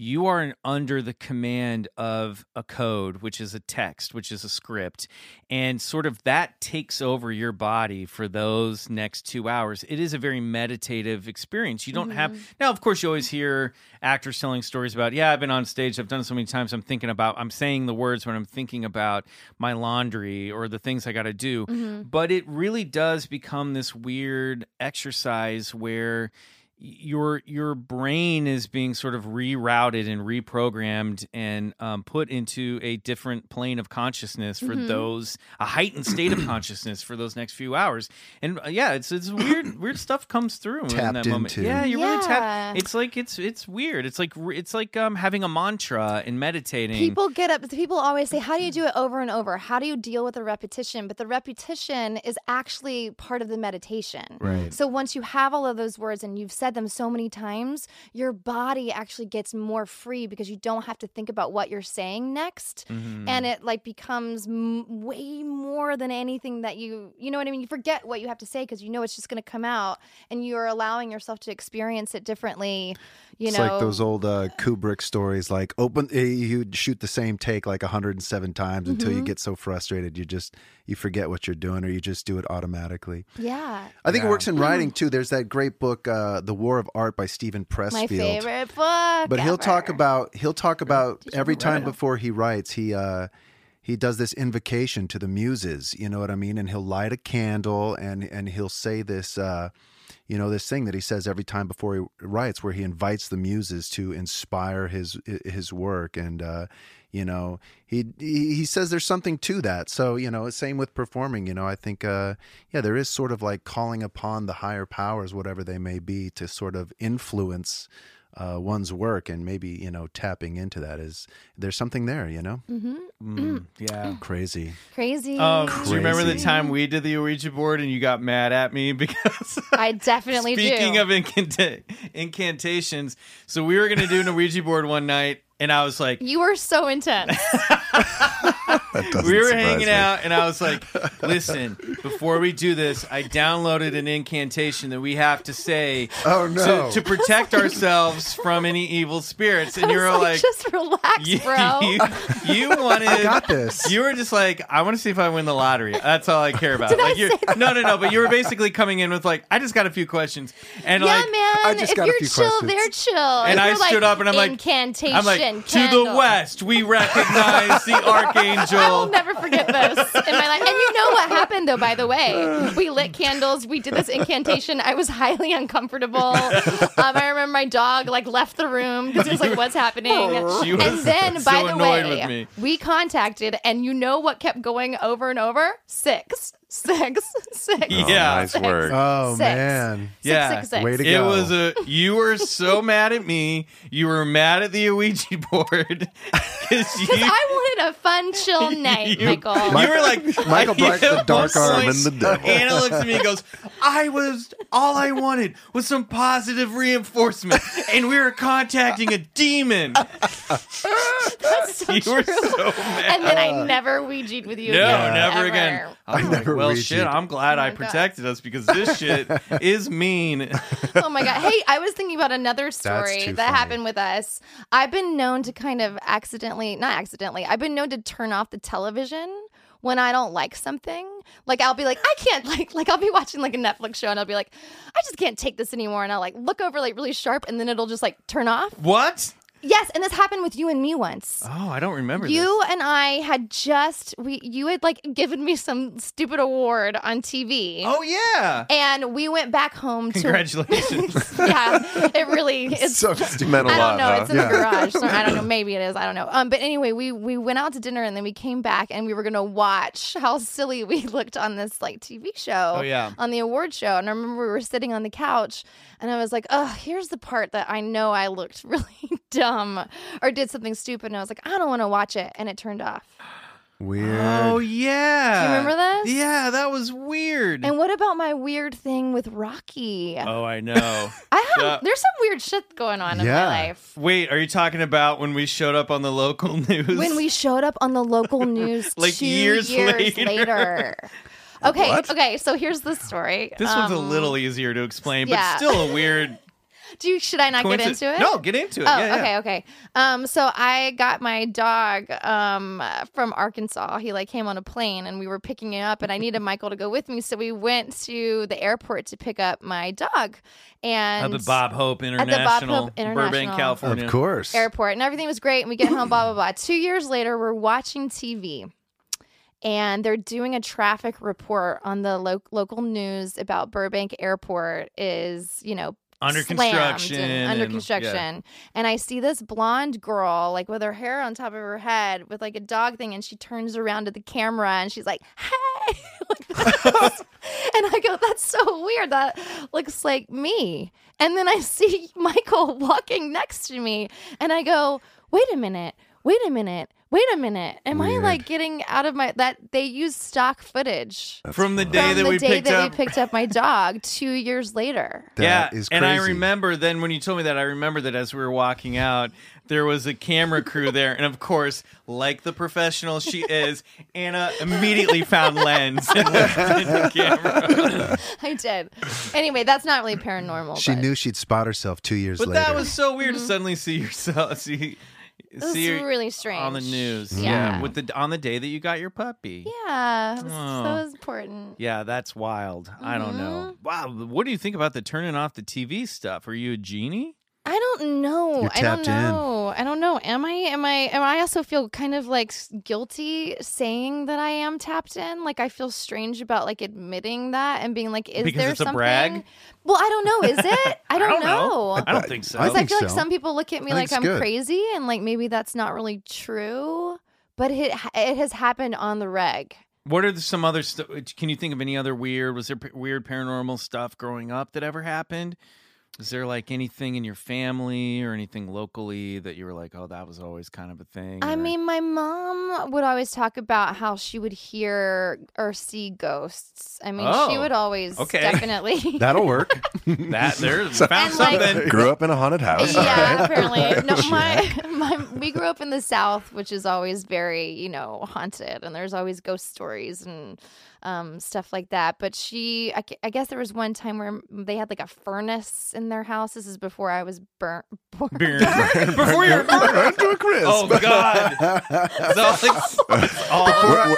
Speaker 1: You are in- under the command of a code, which is a text, which is a script, and sort of that takes over your body for those next two hours. It is a very meditative experience. You don't have now, of course, you always hear actors telling stories about, yeah, I've been on stage, I've done it so many times, I'm thinking about, I'm saying the words when I'm thinking about my laundry or the things I got to do. But it really does become this weird exercise where your your brain is being sort of rerouted and reprogrammed and um, put into a different plane of consciousness for
Speaker 5: Mm-hmm.
Speaker 1: those a heightened state of consciousness for those next few hours and uh, yeah it's it's weird weird stuff comes through in
Speaker 2: Tapped
Speaker 1: that moment
Speaker 2: into.
Speaker 1: yeah you're really
Speaker 5: Yeah.
Speaker 1: tapped it's like it's it's weird it's like re- it's like um having a mantra and meditating
Speaker 5: People get up. People always say, "How do you do it over and over? How do you deal with the repetition?" But the repetition is actually part of the meditation. Right. So once you have all of those words and you've said them so many times, your body actually gets more free because you don't have to think about what you're saying next,
Speaker 2: Mm-hmm.
Speaker 5: and it like becomes m- way more than anything that you you know what I mean. You forget what you have to say because you know it's just going to come out, and you're allowing yourself to experience it differently. You
Speaker 2: it's
Speaker 5: know,
Speaker 2: like those old uh, Kubrick stories, like open. eh, You shoot the same take like 107 times until
Speaker 5: Mm-hmm.
Speaker 2: you get so frustrated you just you forget what you're doing, or you just do it automatically.
Speaker 5: yeah. Mm-hmm.
Speaker 2: I think it works in writing too. There's that great book, uh, "The War of Art" by Stephen Pressfield.
Speaker 5: My favorite book.
Speaker 2: but he'll talk
Speaker 5: ever.
Speaker 2: about he'll talk about every time before he writes he uh he does this invocation to the muses you know what i mean and he'll light a candle and and he'll say this uh you know this thing that he says every time before he writes where he invites the muses to inspire his his work and uh you know he he he says there's something to that so you know same with performing you know i think uh yeah there is sort of like calling upon the higher powers whatever they may be to sort of influence uh, one's work and maybe you know tapping into that is there's something there you know
Speaker 5: Mm-hmm.
Speaker 1: Mm, yeah
Speaker 2: crazy
Speaker 5: crazy.
Speaker 1: Oh, do you remember the
Speaker 2: Crazy.
Speaker 1: time we did the Ouija board and you got mad at me (laughs) because
Speaker 5: I definitely
Speaker 1: speaking
Speaker 5: do.
Speaker 1: of incant- incantations? So we were gonna do an Ouija board one night, and I was like,
Speaker 5: you were so intense.
Speaker 3: That doesn't
Speaker 1: we were
Speaker 3: surprise
Speaker 1: hanging
Speaker 3: me.
Speaker 1: out, and I was like, listen, before we do this, I downloaded an incantation that we have to say
Speaker 2: Oh,
Speaker 1: to-
Speaker 2: no.
Speaker 5: (laughs)
Speaker 1: to, protect ourselves from any evil spirits. (laughs) And you
Speaker 5: It's
Speaker 1: were
Speaker 5: like,
Speaker 1: like,
Speaker 5: just relax,
Speaker 1: (laughs) you,
Speaker 5: bro.
Speaker 2: (laughs)
Speaker 1: you, you wanted.
Speaker 2: I got this.
Speaker 1: You were just like, I want to see if I win the lottery. That's all I
Speaker 5: (laughs)
Speaker 1: care about.
Speaker 5: Did I
Speaker 1: like you're,
Speaker 5: say that?
Speaker 1: No, no, no. But you were basically coming in with like, I just got a few questions, and
Speaker 5: yeah,
Speaker 1: like,
Speaker 5: man.
Speaker 2: I just
Speaker 5: if
Speaker 2: got a
Speaker 5: you're
Speaker 2: few
Speaker 5: chill,
Speaker 2: questions.
Speaker 5: they're chill.
Speaker 1: (laughs) and
Speaker 5: if
Speaker 1: I
Speaker 5: you're
Speaker 1: stood up and I'm like,
Speaker 5: incantation.
Speaker 1: I'm like, to the
Speaker 5: candle."
Speaker 1: west, we recognize
Speaker 5: (laughs)
Speaker 1: the
Speaker 5: I will
Speaker 1: archangel.
Speaker 5: never forget those in my life. And you know what happened, though, by the
Speaker 1: (sighs)
Speaker 5: way. We lit candles. We did this incantation. I was highly uncomfortable. Um, I remember my dog like left the room because he was like,
Speaker 1: (laughs)
Speaker 5: what's happening?
Speaker 1: She was
Speaker 5: and then, by
Speaker 1: so
Speaker 5: the
Speaker 1: annoyed
Speaker 5: way,
Speaker 1: with me.
Speaker 5: we contacted, and you know what kept going over and over? Six, six, six.
Speaker 3: Oh,
Speaker 1: Yeah.
Speaker 3: nice work.
Speaker 1: (laughs)
Speaker 2: oh
Speaker 5: Six.
Speaker 2: man
Speaker 5: Six,
Speaker 1: Yeah.
Speaker 5: six, six.
Speaker 2: Way to
Speaker 1: It
Speaker 2: go.
Speaker 1: was a. You
Speaker 5: (laughs)
Speaker 1: were so mad at me. You were mad at the Ouija board
Speaker 5: (laughs)
Speaker 1: (laughs) because you.
Speaker 5: Because I wanted a fun, chill night,
Speaker 1: (laughs) you,
Speaker 5: Michael.
Speaker 1: You were like
Speaker 2: (laughs) Michael Bright's the
Speaker 1: at
Speaker 2: dark
Speaker 1: one
Speaker 2: arm
Speaker 1: point,
Speaker 3: and the devil.
Speaker 1: Anna looks at me and goes, "I was All I wanted was some positive reinforcement, and we were contacting a demon.
Speaker 5: (laughs) That's so
Speaker 1: You were
Speaker 5: true.
Speaker 1: so mad.
Speaker 5: and
Speaker 1: (laughs)
Speaker 5: then I never Ouija'd with you.
Speaker 1: No,
Speaker 5: again,
Speaker 1: never
Speaker 5: ever.
Speaker 1: again.
Speaker 2: I
Speaker 1: I'm
Speaker 2: never
Speaker 1: well,
Speaker 2: reached
Speaker 1: shit.
Speaker 2: it.
Speaker 1: I'm glad
Speaker 5: Oh my
Speaker 1: I
Speaker 5: God.
Speaker 1: protected us because
Speaker 2: (laughs)
Speaker 1: this shit is mean.
Speaker 5: Oh my god! Hey, I was thinking about
Speaker 1: (laughs)
Speaker 5: another story
Speaker 2: too
Speaker 5: that
Speaker 2: funny.
Speaker 5: happened with us. I've been known to kind of accidentally—not accidentally—I've been known to turn off the television when I don't like something. Like I'll be like, I can't (laughs) like like I'll be watching like a Netflix show and I'll be like, I just can't take this anymore. And I'll like look over like really sharp and then it'll just like turn off.
Speaker 1: What?
Speaker 5: Yes, and this happened with you and me once.
Speaker 1: Oh, I don't remember.
Speaker 5: You and I had just we you had like given me some stupid award on TV.
Speaker 1: This. Oh yeah.
Speaker 5: And we went back
Speaker 1: (laughs)
Speaker 5: home
Speaker 2: (laughs)
Speaker 5: to
Speaker 1: Congratulations.
Speaker 5: (laughs) yeah, it really it's
Speaker 3: So stupid. meant a
Speaker 5: I
Speaker 3: lot,
Speaker 5: don't know.
Speaker 3: huh?
Speaker 5: It's in the garage. So I
Speaker 3: (laughs)
Speaker 5: don't know. Maybe it is. I don't know. Um, but anyway, we we went out to dinner and then we came back and we were gonna watch how silly we (laughs) looked on this like TV show.
Speaker 1: Oh, yeah.
Speaker 5: On the award show, and I remember we were sitting on the couch, and I was like, "Oh, here's the part that I know I looked (laughs) really dumb or did something stupid." And I was like, "I don't want to watch it," and it turned off.
Speaker 2: Weird.
Speaker 1: oh
Speaker 5: Do
Speaker 1: yeah.
Speaker 5: you remember this?
Speaker 1: Yeah, that was
Speaker 2: (laughs)
Speaker 1: weird.
Speaker 5: And what about my weird thing with Rocky?
Speaker 1: Hmm. oh, I know.
Speaker 5: I have
Speaker 1: yeah.
Speaker 5: there's some weird shit going on in my
Speaker 2: Yeah.
Speaker 5: life.
Speaker 1: Wait, are you talking about when we showed up on the local (laughs) news?
Speaker 5: when we showed up on the
Speaker 1: (laughs)
Speaker 5: local news
Speaker 1: Like
Speaker 5: two
Speaker 1: years
Speaker 5: years,
Speaker 1: later.
Speaker 5: later.
Speaker 1: (laughs)
Speaker 5: Okay, okay, so here's the story.
Speaker 1: This one's a
Speaker 5: Um,
Speaker 1: little easier to explain,
Speaker 5: yeah.
Speaker 1: but still a weird.
Speaker 5: Do you, should (laughs) I not get into it?
Speaker 1: No, get into it.
Speaker 5: Oh,
Speaker 1: yeah, yeah.
Speaker 5: okay, okay. Um, so I got my dog um uh, from Arkansas. He like came on a plane, and we were picking him up, and I needed Michael to go with me, so we went to the airport to pick up my dog,
Speaker 1: Up
Speaker 5: and
Speaker 1: at Bob
Speaker 5: Hope
Speaker 1: Hope International, Burbank,
Speaker 5: International.
Speaker 1: California.
Speaker 2: Of course.
Speaker 5: airport and everything was great and we get home blah blah blah two years later we're watching tv and they're doing a traffic report on the lo- local news about burbank airport is you know
Speaker 1: Under
Speaker 5: slammed and
Speaker 1: construction
Speaker 5: under
Speaker 1: and-
Speaker 5: construction and i see this blonde girl like with her hair on top of her head with like a dog thing and she turns around to the camera and she's like hey like this. (laughs) and i go that's so weird that looks like me and then i (laughs) see michael (laughs) walking next to me and i go wait a minute wait a minute wait a minute am i like getting out of my that they use stock footage
Speaker 1: From the day
Speaker 5: from
Speaker 1: that
Speaker 5: the
Speaker 1: we
Speaker 5: day
Speaker 1: picked
Speaker 5: that
Speaker 1: up.
Speaker 5: we picked
Speaker 1: (laughs)
Speaker 5: up my dog two years later (laughs)
Speaker 2: That
Speaker 1: yeah,
Speaker 2: is
Speaker 1: and I
Speaker 2: crazy.
Speaker 1: remember then when you told me that, I remember that as we were walking out, there was a camera crew there, and of course, like the professional she is, Anna immediately found lens and lifted the camera.
Speaker 5: i did anyway that's not really paranormal
Speaker 2: She
Speaker 5: but
Speaker 2: knew she'd spot herself two years
Speaker 1: But
Speaker 2: later.
Speaker 1: that was so weird to suddenly see yourself (laughs) see
Speaker 5: this
Speaker 1: see
Speaker 5: is
Speaker 1: your,
Speaker 5: Mm-hmm. really strange
Speaker 1: on the news.
Speaker 2: Mm-hmm.
Speaker 5: yeah
Speaker 1: with the on the day that you got your puppy.
Speaker 5: yeah, it was
Speaker 1: Oh.
Speaker 5: so important
Speaker 1: Yeah, that's wild. I don't know. Wow,
Speaker 5: Mm-hmm.
Speaker 1: what do you think about the turning off the TV stuff? Are you a genie?
Speaker 5: I don't know.
Speaker 2: You're
Speaker 5: I don't
Speaker 2: tapped in.
Speaker 5: know. I don't know. Am I? Am I? Am I? Also feel kind of like s- guilty saying that I am tapped in. Like I feel strange about like admitting that and being like, is
Speaker 1: Because
Speaker 5: there
Speaker 1: it's a
Speaker 5: something?
Speaker 1: brag?
Speaker 5: Well, I don't know. Is it? I don't, know.
Speaker 1: I don't think so.
Speaker 2: I
Speaker 5: Because I,
Speaker 2: think
Speaker 5: feel like
Speaker 2: so.
Speaker 5: some people look at me
Speaker 2: I think
Speaker 5: like
Speaker 2: it's
Speaker 5: I'm
Speaker 2: good.
Speaker 5: crazy and like maybe that's not really true. But it ha- it has happened on the reg.
Speaker 1: What are the, some other stuff? Can you think of any other weird? Was there p- weird paranormal stuff growing up that ever happened? Was there like anything in your family or anything locally that you were like, oh, that was always kind of a thing?
Speaker 5: I
Speaker 1: or-
Speaker 5: mean, my mom would always talk about how she would hear or see ghosts. I mean, she
Speaker 1: Oh,
Speaker 5: would always
Speaker 2: (laughs)
Speaker 1: okay.
Speaker 2: (laughs)
Speaker 5: definitely.
Speaker 2: That'll
Speaker 1: (laughs)
Speaker 2: work.
Speaker 1: (laughs)
Speaker 3: (laughs)
Speaker 1: that there found
Speaker 5: And, like-
Speaker 1: something.
Speaker 3: Grew up in a haunted house.
Speaker 5: yeah,
Speaker 3: All right.
Speaker 5: apparently. No, my, (laughs) my we grew up in the South, which is always very you know haunted, and there's always ghost stories and um, stuff like that. But she, I, gu- I guess there was one time where they had like a furnace in their house. This is before I was burnt. (laughs) born.
Speaker 1: Before you're
Speaker 3: Burn to a crisp.
Speaker 1: Oh
Speaker 3: (laughs)
Speaker 1: God! It's all- it's
Speaker 5: (laughs)
Speaker 1: all-
Speaker 3: We're-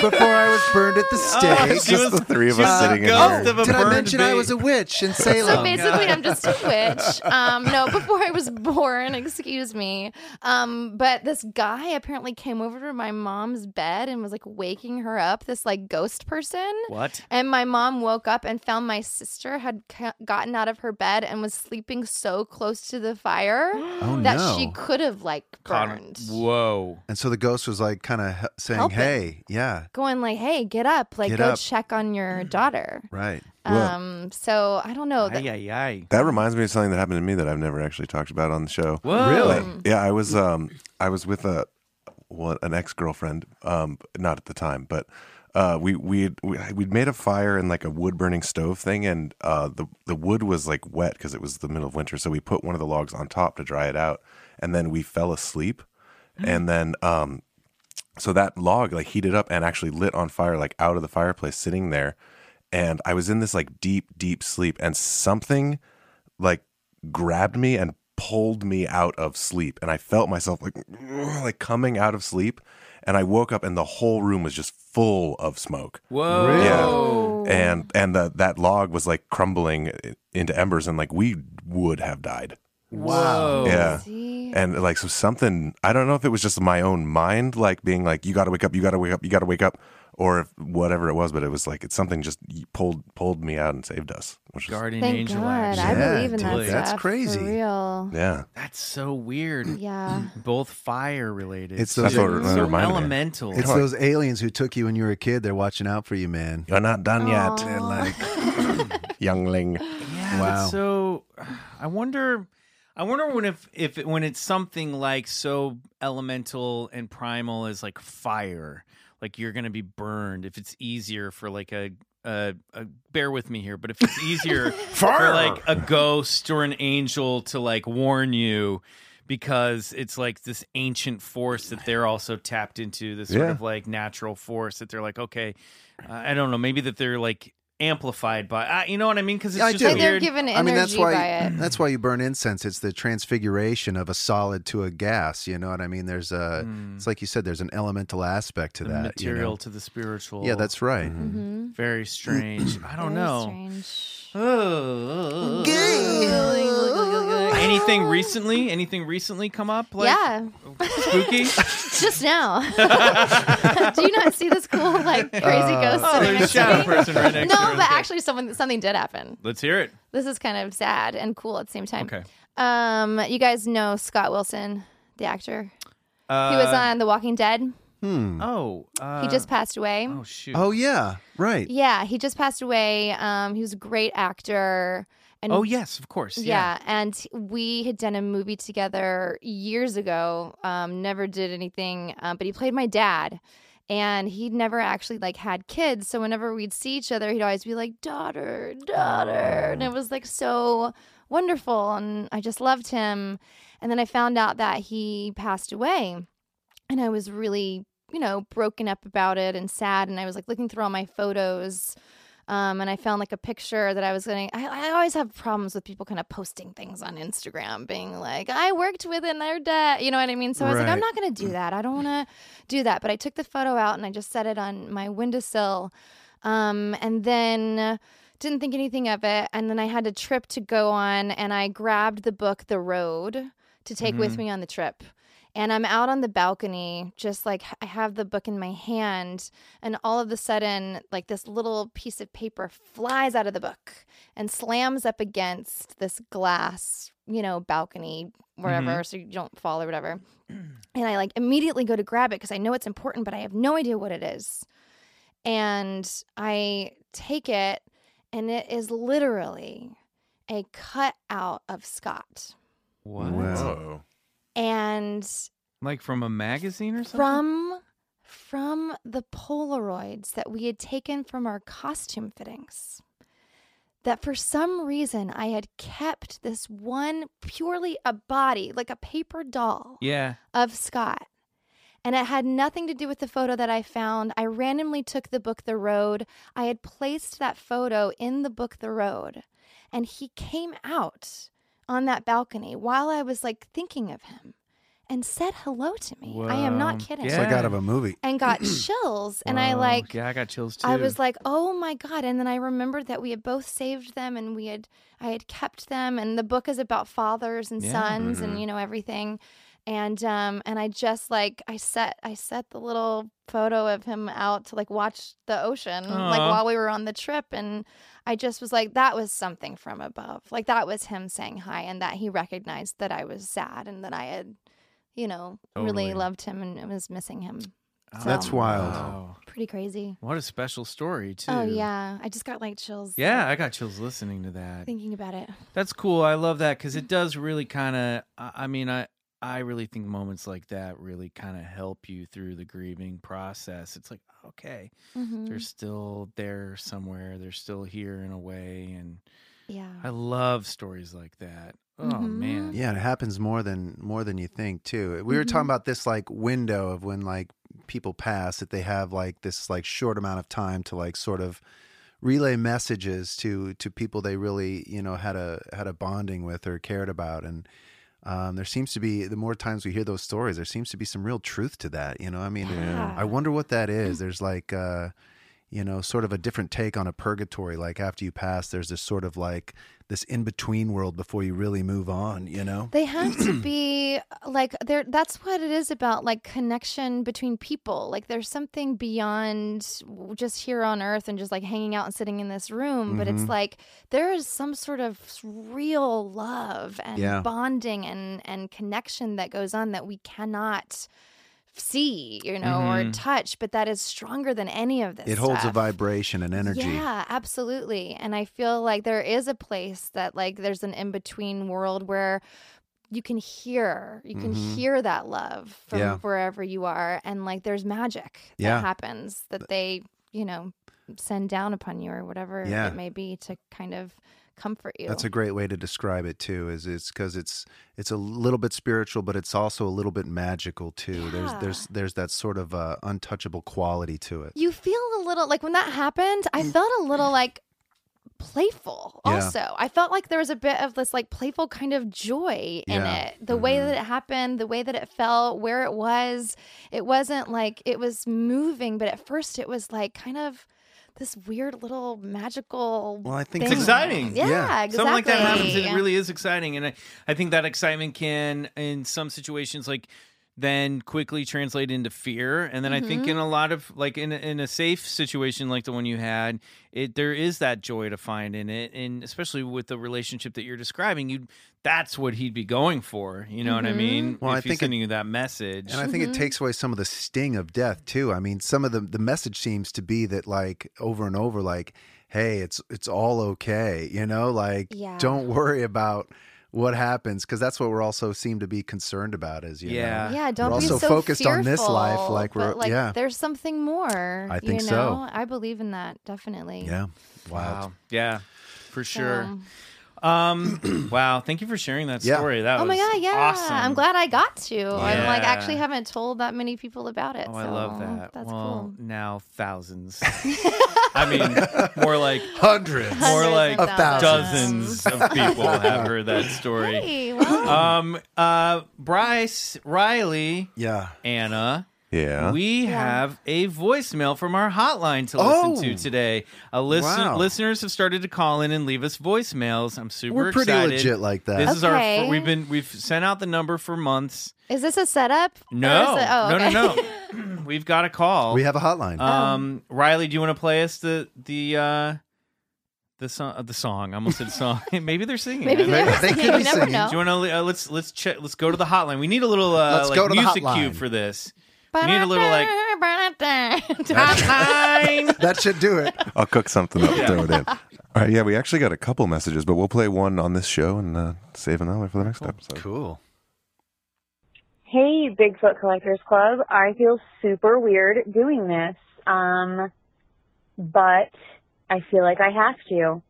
Speaker 2: (laughs) Before I was burned at the
Speaker 1: Oh,
Speaker 3: it's
Speaker 2: stake. uh, oh,
Speaker 1: she
Speaker 3: just
Speaker 1: was-
Speaker 3: the three of
Speaker 1: she
Speaker 3: us
Speaker 1: was
Speaker 3: sitting in
Speaker 1: ghost
Speaker 3: here.
Speaker 1: of a
Speaker 2: Did I
Speaker 1: burned
Speaker 2: mention I
Speaker 1: bee.
Speaker 2: was a witch
Speaker 1: (laughs)
Speaker 2: in Salem?
Speaker 5: So basically, I'm just a witch. Um, no, before I was born, (laughs) excuse me. Um, but this guy apparently came over to my mom's bed and was like waking her up. This like ghost person.
Speaker 1: What?
Speaker 5: And my mom woke up and found my sister had ca- gotten out of her bed and was sleeping so close to the fire
Speaker 2: (gasps) Oh,
Speaker 5: that
Speaker 2: no.
Speaker 5: she could have like
Speaker 1: Connor-
Speaker 5: burned.
Speaker 1: Whoa!
Speaker 2: And so the ghost was like kind of he- saying,
Speaker 5: Helping.
Speaker 2: "Hey, yeah,
Speaker 5: Going like, hey, get up! Like,
Speaker 2: Get
Speaker 5: go
Speaker 2: up. Mm.
Speaker 5: check on your daughter.
Speaker 2: right."
Speaker 5: Um, so I don't know. That-
Speaker 1: Ay ay ay!
Speaker 3: That reminds me of something that happened to me that I've never actually talked about on the show.
Speaker 1: Whoa!
Speaker 3: But, yeah, I was um I was with a what an ex girlfriend um not at the time, but uh, we we we we'd made a fire in like a wood burning stove thing, and uh, the the wood was like wet because it was the middle of winter. So we put one of the logs on top to dry it out, and then we fell asleep, and then um, so that log like heated up and actually lit on fire like out of the fireplace sitting there and i was in this like deep deep sleep and something like grabbed me and pulled me out of sleep and i felt myself like (sniffs) like coming out of sleep and i woke up and the whole room was just full of smoke
Speaker 1: Whoa.
Speaker 5: Oh,
Speaker 3: yeah and and the, that log was like crumbling i- into embers and like we would have died
Speaker 1: Whoa.
Speaker 3: yeah
Speaker 5: See?
Speaker 3: and like so something i don't know if it was just my own mind like being like you gotta wake up you gotta wake up you gotta wake up or if, whatever it was but it was like it's something just pulled pulled me out and saved us which is
Speaker 1: Guardian
Speaker 5: Thank
Speaker 1: angel
Speaker 5: God.
Speaker 1: action.
Speaker 5: I
Speaker 2: Yeah,
Speaker 5: believe in that
Speaker 1: dude,
Speaker 5: stuff.
Speaker 2: that's crazy. Mm.
Speaker 5: For real.
Speaker 3: yeah
Speaker 1: That's so weird.
Speaker 5: Yeah.
Speaker 1: Both fire related.
Speaker 2: It's
Speaker 1: so,
Speaker 2: those- That's
Speaker 3: what it
Speaker 1: so
Speaker 3: reminded me.
Speaker 1: elemental.
Speaker 2: It's those aliens who took you when you were a kid. They're watching out for you, man.
Speaker 3: you're not done yet
Speaker 5: Aw.
Speaker 2: (laughs)
Speaker 3: youngling
Speaker 1: Yeah,
Speaker 2: Wow.
Speaker 1: that's so I wonder I wonder when if if it, when it's something like so elemental and primal as like fire, like you're going to be burned if it's easier for like a uh, uh, bear with me here, but
Speaker 2: (laughs)
Speaker 1: if it's easier for
Speaker 4: Fire!
Speaker 1: like a ghost or an angel to like warn you because it's like this ancient force that they're also tapped into, this sort
Speaker 3: Yeah.
Speaker 1: of like natural force that they're like, okay, uh, I don't know, maybe that they're like amplified by, uh, you know what I mean? Because it's
Speaker 2: I
Speaker 1: just
Speaker 2: do.
Speaker 5: Like they're
Speaker 1: weird.
Speaker 5: given energy
Speaker 2: I mean, that's why
Speaker 5: by it.
Speaker 2: that's why you burn incense. It's the transfiguration of a solid to a gas. You know what I mean? There's a. It's like you said. There's an elemental aspect to
Speaker 1: the
Speaker 2: that. you know?
Speaker 1: material to the spiritual.
Speaker 2: Yeah, that's right.
Speaker 5: Mm-hmm.
Speaker 2: (clears throat)
Speaker 1: very strange. I don't know.
Speaker 5: Strange.
Speaker 1: Oh. Anything recently? Anything recently come up? Like
Speaker 5: yeah, (laughs)
Speaker 1: spooky.
Speaker 5: just now. Do you not see this cool, like, crazy ghost?
Speaker 1: oh,
Speaker 5: sitting
Speaker 1: there's a
Speaker 5: next to
Speaker 1: shadow
Speaker 5: me? (laughs)
Speaker 1: person right next
Speaker 5: No,
Speaker 1: to her.
Speaker 5: but actually, someone something did happen.
Speaker 1: let's hear it.
Speaker 5: This is kind of sad and cool at the same time.
Speaker 1: Okay.
Speaker 5: Um, you guys know Scott Wilson, the actor.
Speaker 1: Uh,
Speaker 5: he was on The Walking Dead. Um,
Speaker 1: Oh, uh,
Speaker 5: He just passed away.
Speaker 1: Oh shoot.
Speaker 2: Oh yeah, right.
Speaker 5: Yeah, he just passed away. Um, he was a great actor. And
Speaker 1: Oh yes, of course.
Speaker 5: Yeah.
Speaker 1: Yeah.
Speaker 5: and we had done a movie together years ago. Um, never did anything, um, but he played my dad, and he'd never actually like had kids. So whenever we'd see each other, he'd always be like, "Daughter, daughter," and it was like so wonderful, and I just loved him. And then I found out that he passed away, and I was really, you know, broken up about it and sad. And I was like looking through all my photos um, and I found like a picture that I was going. I, I always have problems with people kind of posting things on Instagram, being like, "I worked with another dad," you know what I mean? So I was like, "I'm
Speaker 2: Right.
Speaker 5: not going to do that. I don't want to do that." But I took the photo out and I just set it on my windowsill, um, and then didn't think anything of it. And then I had a trip to go on, and I grabbed the book The Road to take with me on the trip. And I'm out on the balcony, just like I have the book in my hand, and all of a sudden, like this little piece of paper flies out of the book and slams up against this glass, you know, balcony, wherever, so you don't fall or whatever. And I like immediately go to grab it because I know it's important, but I have no idea what it is. And I take it, and it is literally a cutout of Scott.
Speaker 1: What?
Speaker 3: Whoa.
Speaker 5: And
Speaker 1: Like from a magazine or something?
Speaker 5: from from the polaroids that we had taken from our costume fittings that for some reason i had kept this one purely a body like a paper doll
Speaker 1: Yeah.
Speaker 5: of Scott. And it had nothing to do with the photo that I found. I randomly took the book The Road. I had placed that photo in the book The Road. And he came out on that balcony while I was like thinking of him and said hello to me. I am
Speaker 1: Wow.
Speaker 5: not kidding.
Speaker 2: It's like
Speaker 1: Yeah.
Speaker 2: out of a movie.
Speaker 5: And got chills. And I
Speaker 1: Wow.
Speaker 5: like
Speaker 1: Oh, Yeah, I got chills too.
Speaker 5: I was like, "Oh my god!" And then I remembered that we had both saved them, and we had I had kept them. And the book is about fathers and
Speaker 1: Yeah. mm-hmm.
Speaker 5: sons, and you know everything. And um, and I just like I set I set the little photo of him out to like watch the ocean, like
Speaker 1: Aw.
Speaker 5: while we were on the trip, and I just was like, that was something from above, like that was him saying hi, and that he recognized that I was sad and that I had, you know,
Speaker 1: Totally.
Speaker 5: really loved him and was missing him. So,
Speaker 2: That's wild.
Speaker 1: Oh, Wow.
Speaker 5: Pretty crazy.
Speaker 1: What a special story too.
Speaker 5: Oh yeah, I just got like chills.
Speaker 1: Yeah, I got chills listening to that.
Speaker 5: thinking about it.
Speaker 1: That's cool. I love that because it does really kind of. I I mean, I I really think moments like that really kind of help you through the grieving process. It's like, okay,
Speaker 5: Mm-hmm.
Speaker 1: they're still there somewhere. They're still here in a way. And
Speaker 5: Yeah.
Speaker 1: I love stories like that. Oh,
Speaker 5: Mm-hmm.
Speaker 1: man.
Speaker 2: Yeah, and it happens more than more than you think too. We were talking about this like window of when like people pass that they have like this like short amount of time to like sort of relay messages to to people they really you know had a had a bonding with or cared about and. Um, there seems to be the more times we hear those stories, there seems to be some real truth to that. You know, I mean, I wonder what that is. There's like, uh, you know, sort of a different take on a purgatory. Like after you pass, there's this sort of like this in between world before you really move on, you know?
Speaker 5: They have to be like there that's what it is about like connection between people. Like there's something beyond w- just here on earth and just like hanging out and sitting in this room, but it's like there is some sort of s- real love and
Speaker 2: Yeah.
Speaker 5: bonding and and connection that goes on that we cannot see, you know, or touch, but that is stronger than any of this.
Speaker 2: It holds a
Speaker 5: stuff.
Speaker 2: vibration and energy.
Speaker 5: Yeah, absolutely. And I feel like there is a place that like there's an in-between world where you can hear you can hear that love from
Speaker 2: Mm-hmm. Yeah.
Speaker 5: wherever you are and like there's magic that
Speaker 2: Yeah.
Speaker 5: happens that they, you know, send down upon you or whatever
Speaker 2: Yeah.
Speaker 5: it may be to kind of comfort you.
Speaker 2: That's a great way to describe it too. Is it's because it's it's a little bit spiritual, but it's also a little bit magical too. There's
Speaker 5: Yeah.
Speaker 2: there's there's that sort of uh, untouchable quality to it.
Speaker 5: you feel a little like when that happened, I felt a little like playful
Speaker 2: Mm. Yeah.
Speaker 5: also. I felt like there was a bit of this like playful kind of joy in
Speaker 2: Yeah. Mm-hmm.
Speaker 5: it. The way that it happened, the way that it felt, where it was. It wasn't like it was moving, but at first it was like kind of this weird little magical
Speaker 2: Well, I think
Speaker 5: thing.
Speaker 1: It's exciting.
Speaker 5: Yeah,
Speaker 2: Yeah.
Speaker 5: exactly.
Speaker 1: Something like that happens, and it really is exciting. And I, I think that excitement can, in some situations, like then quickly translate into fear. And then I think
Speaker 5: Mm-hmm.
Speaker 1: in a lot of like in a, in a safe situation like the one you had, it there is that joy to find in it, and especially with the relationship that you're describing, you that's what he'd be going for. You know
Speaker 5: Mm-hmm.
Speaker 1: what I mean?
Speaker 2: Well,
Speaker 1: if
Speaker 2: I
Speaker 1: he's
Speaker 2: think it-
Speaker 1: sending you that message.
Speaker 2: And I think it takes away some of the sting of death too. I mean, some of the the message seems to be that like over and over, like, hey, it's it's all okay, you know, like
Speaker 5: Yeah.
Speaker 2: don't worry about what happens because that's what we're also seem to be concerned about is you know?
Speaker 1: Yeah.
Speaker 5: yeah, don't
Speaker 2: We're
Speaker 5: be
Speaker 2: also
Speaker 5: so
Speaker 2: focused on this life,
Speaker 5: fearful,
Speaker 2: like we're-
Speaker 5: but, like
Speaker 2: yeah.
Speaker 5: there's something more.
Speaker 2: I think
Speaker 5: you know?
Speaker 2: so.
Speaker 5: I believe in that definitely.
Speaker 2: yeah
Speaker 1: wow. Yeah. For sure.
Speaker 5: So-
Speaker 1: Um, (clears throat) wow. Thank you for sharing that
Speaker 2: Yeah.
Speaker 1: story. That
Speaker 5: Oh
Speaker 1: was
Speaker 5: my god, yeah.
Speaker 1: awesome.
Speaker 5: I'm glad I got to. I'm like
Speaker 1: Yeah.
Speaker 5: actually haven't told that many people about it.
Speaker 1: Oh,
Speaker 5: so
Speaker 1: I love that.
Speaker 5: That's
Speaker 1: well, (laughs)
Speaker 5: cool.
Speaker 1: now
Speaker 5: (laughs)
Speaker 1: thousands. I mean,
Speaker 2: (laughs)
Speaker 1: more like
Speaker 2: hundreds
Speaker 1: more
Speaker 5: Hundreds
Speaker 1: like
Speaker 5: of
Speaker 1: dozens
Speaker 5: thousands.
Speaker 1: of
Speaker 5: (laughs)
Speaker 1: people have heard that story.
Speaker 5: Hey, well,
Speaker 1: Um, uh, Bryce, Riley,
Speaker 2: yeah
Speaker 1: Anna.
Speaker 3: Yeah.
Speaker 1: We have a voicemail from our hotline to listen
Speaker 2: Oh.
Speaker 1: to today. A listen,
Speaker 2: Wow.
Speaker 1: listeners have started to call in and leave us voicemails. I'm super
Speaker 2: We're pretty
Speaker 1: excited.
Speaker 2: legit like that.
Speaker 1: This is our fir-
Speaker 5: Okay.
Speaker 1: we've been we've sent out the number for months.
Speaker 5: is this a setup? Or is
Speaker 1: No,
Speaker 5: it- oh, okay. Oh.
Speaker 1: no,
Speaker 5: (laughs)
Speaker 1: no, (clears throat) no. we've got a call.
Speaker 2: we have a hotline
Speaker 1: Um, Riley, do you want to play us the the uh, the song? Uh, the song. I almost said song. (laughs) Maybe they're singing.
Speaker 5: Maybe
Speaker 1: I don't know.
Speaker 5: they're
Speaker 2: They could
Speaker 5: singing.
Speaker 2: be
Speaker 5: (laughs) You never
Speaker 2: singing.
Speaker 5: know.
Speaker 1: Do you want to? Uh, let's let's check. Let's go to the hotline. We need a little uh,
Speaker 2: Let's
Speaker 1: like
Speaker 2: go to the
Speaker 1: music cue
Speaker 2: hotline.
Speaker 1: for this. We need a little like
Speaker 5: (laughs)
Speaker 1: hotline.
Speaker 2: that should do it
Speaker 3: I'll cook something up, throw
Speaker 1: (laughs)
Speaker 3: it in. All right, yeah, we actually got a couple messages, but we'll play one on this show and uh, save another for the
Speaker 1: Oh,
Speaker 3: next episode.
Speaker 2: cool
Speaker 6: Hey, Bigfoot Collectors Club. I feel super weird doing this, um, but I feel like I have to.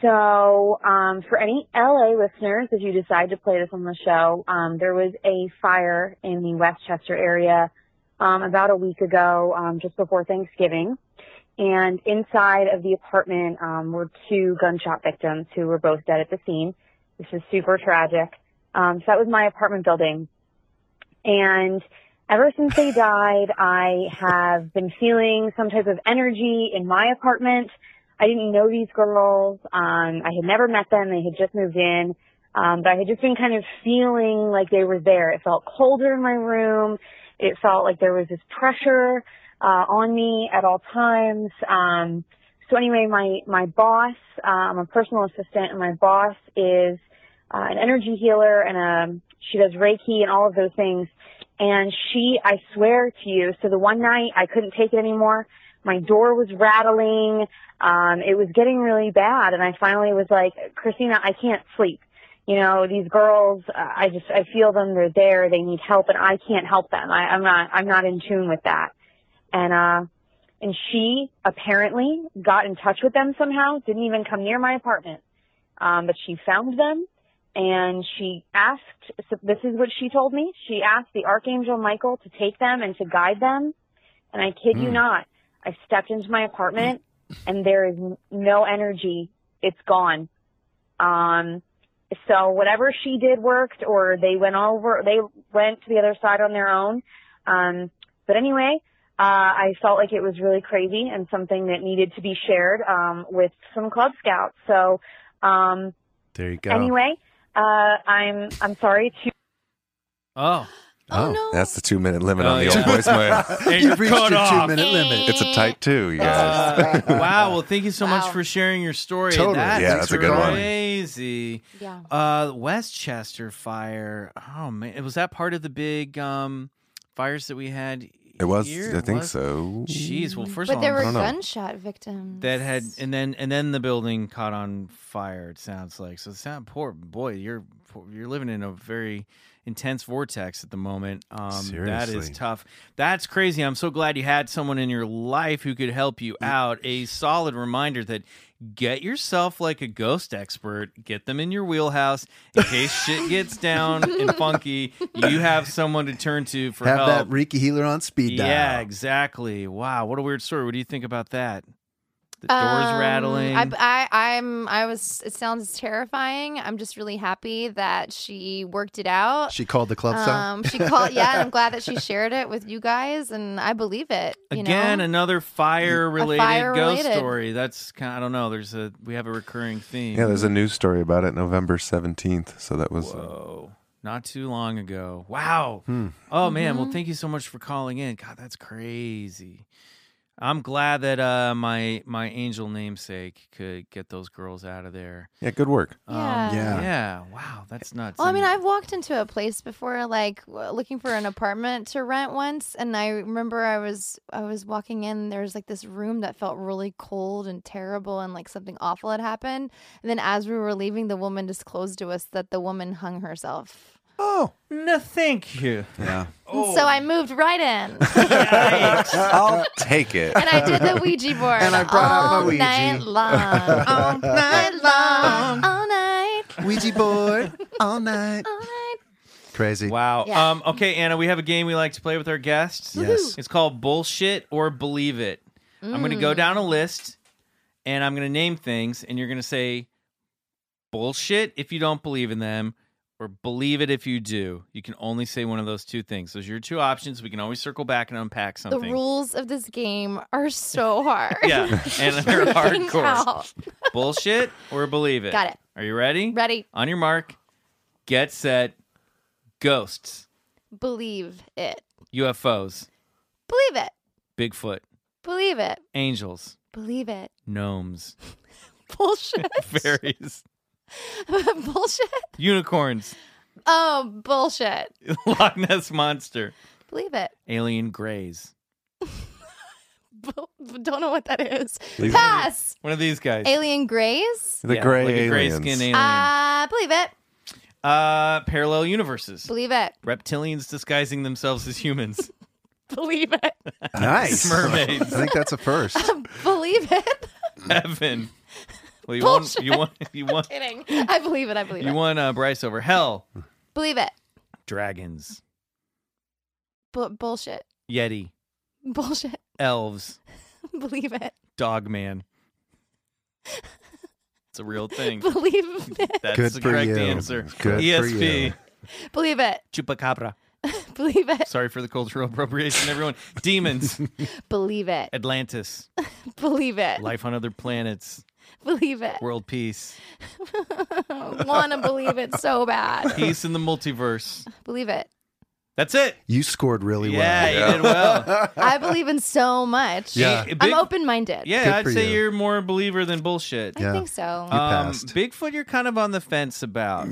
Speaker 6: So, um, for any LA listeners, if you decide to play this on the show, um, there was a fire in the Westchester area um, about a week ago, um, just before Thanksgiving. And inside of the apartment um, were two gunshot victims who were both dead at the scene. This is super tragic. Um, so that was my apartment building. And ever since they died, I have been feeling some type of energy in my apartment. I didn't know these girls. Um, I had never met them. They had just moved in. Um, but I had just been kind of feeling like they were there. It felt colder in my room. It felt like there was this pressure uh, on me at all times. Um, so anyway, my my boss, uh, I'm a personal assistant, and my boss is uh, an energy healer and um she does Reiki and all of those things. And she, I swear to you, so the one night I couldn't take it anymore. My door was rattling. Um, it was getting really bad. And I finally was like, Christina, I can't sleep. You know, these girls, uh, I just, I feel them. They're there. They need help and I can't help them. I, I'm not, I'm not in tune with that. And, uh, and she apparently got in touch with them somehow, didn't even come near my apartment. Um, but she found them and she asked, so this is what she told me. She asked the Archangel Michael to take them and to guide them. And I kid you not, I stepped into my apartment and there is n- no energy. It's gone. Um, so whatever she did worked or they went over, they went to the other side on their own. Um, but anyway, uh, I felt like it was really crazy and something that needed to be shared, um, with some Club Scouts. So, um,
Speaker 2: There you go.
Speaker 6: anyway, uh, I'm, I'm sorry to
Speaker 1: Oh,
Speaker 5: Oh,
Speaker 2: Oh,
Speaker 5: no.
Speaker 3: That's the two minute limit
Speaker 1: Oh,
Speaker 3: on the
Speaker 1: yeah.
Speaker 3: old
Speaker 1: (laughs)
Speaker 3: voicemail.
Speaker 1: And
Speaker 2: You've reached
Speaker 1: cut
Speaker 2: your
Speaker 1: off.
Speaker 2: two minute limit.
Speaker 3: it's a type two, you (laughs) guys.
Speaker 1: Uh, wow. Well, thank you so much
Speaker 5: Wow.
Speaker 1: for sharing your story.
Speaker 2: Totally.
Speaker 1: That's
Speaker 3: Yeah, that's a good one.
Speaker 1: Crazy.
Speaker 5: yeah.
Speaker 1: Uh, Westchester fire. Oh man, was that part of the big um fires that we had?
Speaker 3: it was,
Speaker 1: here?
Speaker 3: I think
Speaker 1: Was?
Speaker 3: so.
Speaker 1: Jeez. Well, first
Speaker 5: But
Speaker 1: of
Speaker 5: there were
Speaker 1: all,
Speaker 3: I don't know.
Speaker 5: gunshot victims.
Speaker 1: that had and then and then the building caught on fire. It sounds like so. It sound poor boy. You're poor- you're living in a very intense vortex at the moment. Um, that is
Speaker 2: Seriously.
Speaker 1: tough. That's crazy. I'm so glad you had someone in your life who could help you out. A solid reminder that get yourself like a ghost expert. Get them in your wheelhouse in case shit
Speaker 2: (laughs)
Speaker 1: gets down and funky. You have someone to turn to for
Speaker 2: Have
Speaker 1: help.
Speaker 2: that Reiki healer on speed dial.
Speaker 1: Yeah, exactly. Wow, what a weird story. What do you think about that? The
Speaker 5: Um,
Speaker 1: doors rattling.
Speaker 5: I, I, I'm. I was. It sounds terrifying. I'm just really happy that she worked it out.
Speaker 2: She called the club stop.
Speaker 5: um, she called. Yeah, and I'm glad that she shared it with you guys, and I believe it. You
Speaker 1: Again,
Speaker 5: know?
Speaker 1: another fire-related ghost
Speaker 5: fire-related.
Speaker 1: story. That's kind I don't know. There's a we have a recurring theme.
Speaker 3: Yeah, there's a news story about it November 17th. So that was.
Speaker 1: Whoa. Oh, Not too long ago. Wow.
Speaker 3: Hmm.
Speaker 1: Oh man.
Speaker 5: Mm-hmm.
Speaker 1: Well, thank you so much for calling in. God, that's crazy. I'm glad that uh, my my angel namesake could get those girls out of there. Um,
Speaker 3: Yeah, good work.
Speaker 5: yeah.
Speaker 2: Yeah.
Speaker 1: Yeah. Wow. That's nuts.
Speaker 5: Well, I mean,
Speaker 1: And-
Speaker 5: I've walked into a place before, like w- looking for an apartment to rent once, and I remember I was I was walking in. There was like this room that felt really cold and terrible, and like something awful had happened. And then as we were leaving, the woman disclosed to us that the woman hung herself.
Speaker 1: no, thank you.
Speaker 2: Yeah.
Speaker 5: And so I moved right in,
Speaker 3: I'll take it.
Speaker 5: and I did the Ouija board,
Speaker 2: And I brought out my
Speaker 5: all
Speaker 2: Ouija.
Speaker 5: night long,
Speaker 3: (laughs)
Speaker 5: all night long, all night,
Speaker 2: Ouija board all night.
Speaker 5: all night.
Speaker 2: Crazy.
Speaker 1: Wow.
Speaker 5: Yeah.
Speaker 1: Um, okay, Anna, we have a game we like to play with our guests.
Speaker 2: Yes.
Speaker 1: It's called Bullshit or Believe It. I'm going to
Speaker 5: Mm.
Speaker 1: go down a list and I'm going to name things, and you're going to say bullshit if you don't believe in them or believe it if you do. You can only say one of those two things. Those are your two options. We can always circle back and unpack
Speaker 5: The
Speaker 1: something.
Speaker 5: rules of this game are so hard.
Speaker 1: (laughs) yeah,
Speaker 5: (laughs)
Speaker 1: and they're
Speaker 5: Freaking
Speaker 1: hardcore.
Speaker 5: out.
Speaker 1: Bullshit or believe it.
Speaker 5: Got it.
Speaker 1: Are you ready?
Speaker 5: Ready?
Speaker 1: On your mark, get set, ghosts,
Speaker 5: Believe it.
Speaker 1: UFOs,
Speaker 5: Believe it.
Speaker 1: Bigfoot,
Speaker 5: Believe it.
Speaker 1: angels,
Speaker 5: Believe it. (laughs)
Speaker 1: gnomes,
Speaker 5: Bullshit.
Speaker 1: fairies,
Speaker 5: (laughs) bullshit.
Speaker 1: unicorns, (laughs)
Speaker 5: Oh, bullshit.
Speaker 1: Loch Ness monster,
Speaker 5: Believe it. (laughs)
Speaker 1: alien greys.
Speaker 5: Bu- don't know what that is.
Speaker 3: Believe it.
Speaker 5: Pass.
Speaker 1: One of these guys.
Speaker 5: Alien Grays.
Speaker 3: The
Speaker 1: Yeah,
Speaker 3: gray
Speaker 1: like a gray
Speaker 3: aliens. (laughs)
Speaker 1: skin alien.
Speaker 5: Uh, believe it.
Speaker 1: uh, parallel universes.
Speaker 5: Believe it. (laughs)
Speaker 1: Reptilians disguising themselves as humans.
Speaker 5: Believe it.
Speaker 2: Nice.
Speaker 1: (laughs) Mermaids.
Speaker 2: I think that's a first. (laughs)
Speaker 5: believe it. (laughs)
Speaker 1: Heaven. Well, you want
Speaker 5: Bullshit.
Speaker 1: you want
Speaker 5: (laughs)
Speaker 1: you want
Speaker 5: Kidding. I believe it. I believe
Speaker 1: you
Speaker 5: it.
Speaker 1: want uh, Bryce over hell.
Speaker 5: believe it.
Speaker 1: Dragons,
Speaker 5: Bu- bullshit.
Speaker 1: yeti,
Speaker 5: Bullshit. (laughs)
Speaker 1: elves,
Speaker 5: believe it. (laughs)
Speaker 1: dogman. It's a
Speaker 5: (laughs)
Speaker 1: real thing.
Speaker 5: Believe it.
Speaker 1: That's
Speaker 2: Good
Speaker 1: the
Speaker 2: for
Speaker 1: correct
Speaker 2: you.
Speaker 1: answer.
Speaker 2: Good for
Speaker 1: ESP.
Speaker 2: you.
Speaker 5: Believe it.
Speaker 1: Chupacabra.
Speaker 5: Believe it.
Speaker 1: Sorry for the cultural appropriation, everyone. Demons,
Speaker 5: Believe it.
Speaker 1: Atlantis,
Speaker 5: Believe it.
Speaker 1: life on other planets,
Speaker 5: Believe it.
Speaker 1: world peace,
Speaker 5: Want to believe it so bad.
Speaker 1: peace in the multiverse.
Speaker 5: Believe it.
Speaker 1: That's it.
Speaker 2: You scored really
Speaker 1: yeah,
Speaker 2: well.
Speaker 1: you did well.
Speaker 5: I believe in so much.
Speaker 2: Yeah.
Speaker 1: Big-
Speaker 5: I'm open minded.
Speaker 1: Yeah,
Speaker 2: Good
Speaker 1: I'd
Speaker 2: for
Speaker 1: say
Speaker 2: you.
Speaker 1: you. are more a believer than bullshit.
Speaker 5: I
Speaker 2: Yeah.
Speaker 5: think so.
Speaker 2: You
Speaker 1: Um,
Speaker 2: passed.
Speaker 1: Bigfoot, you're kind of on the fence about.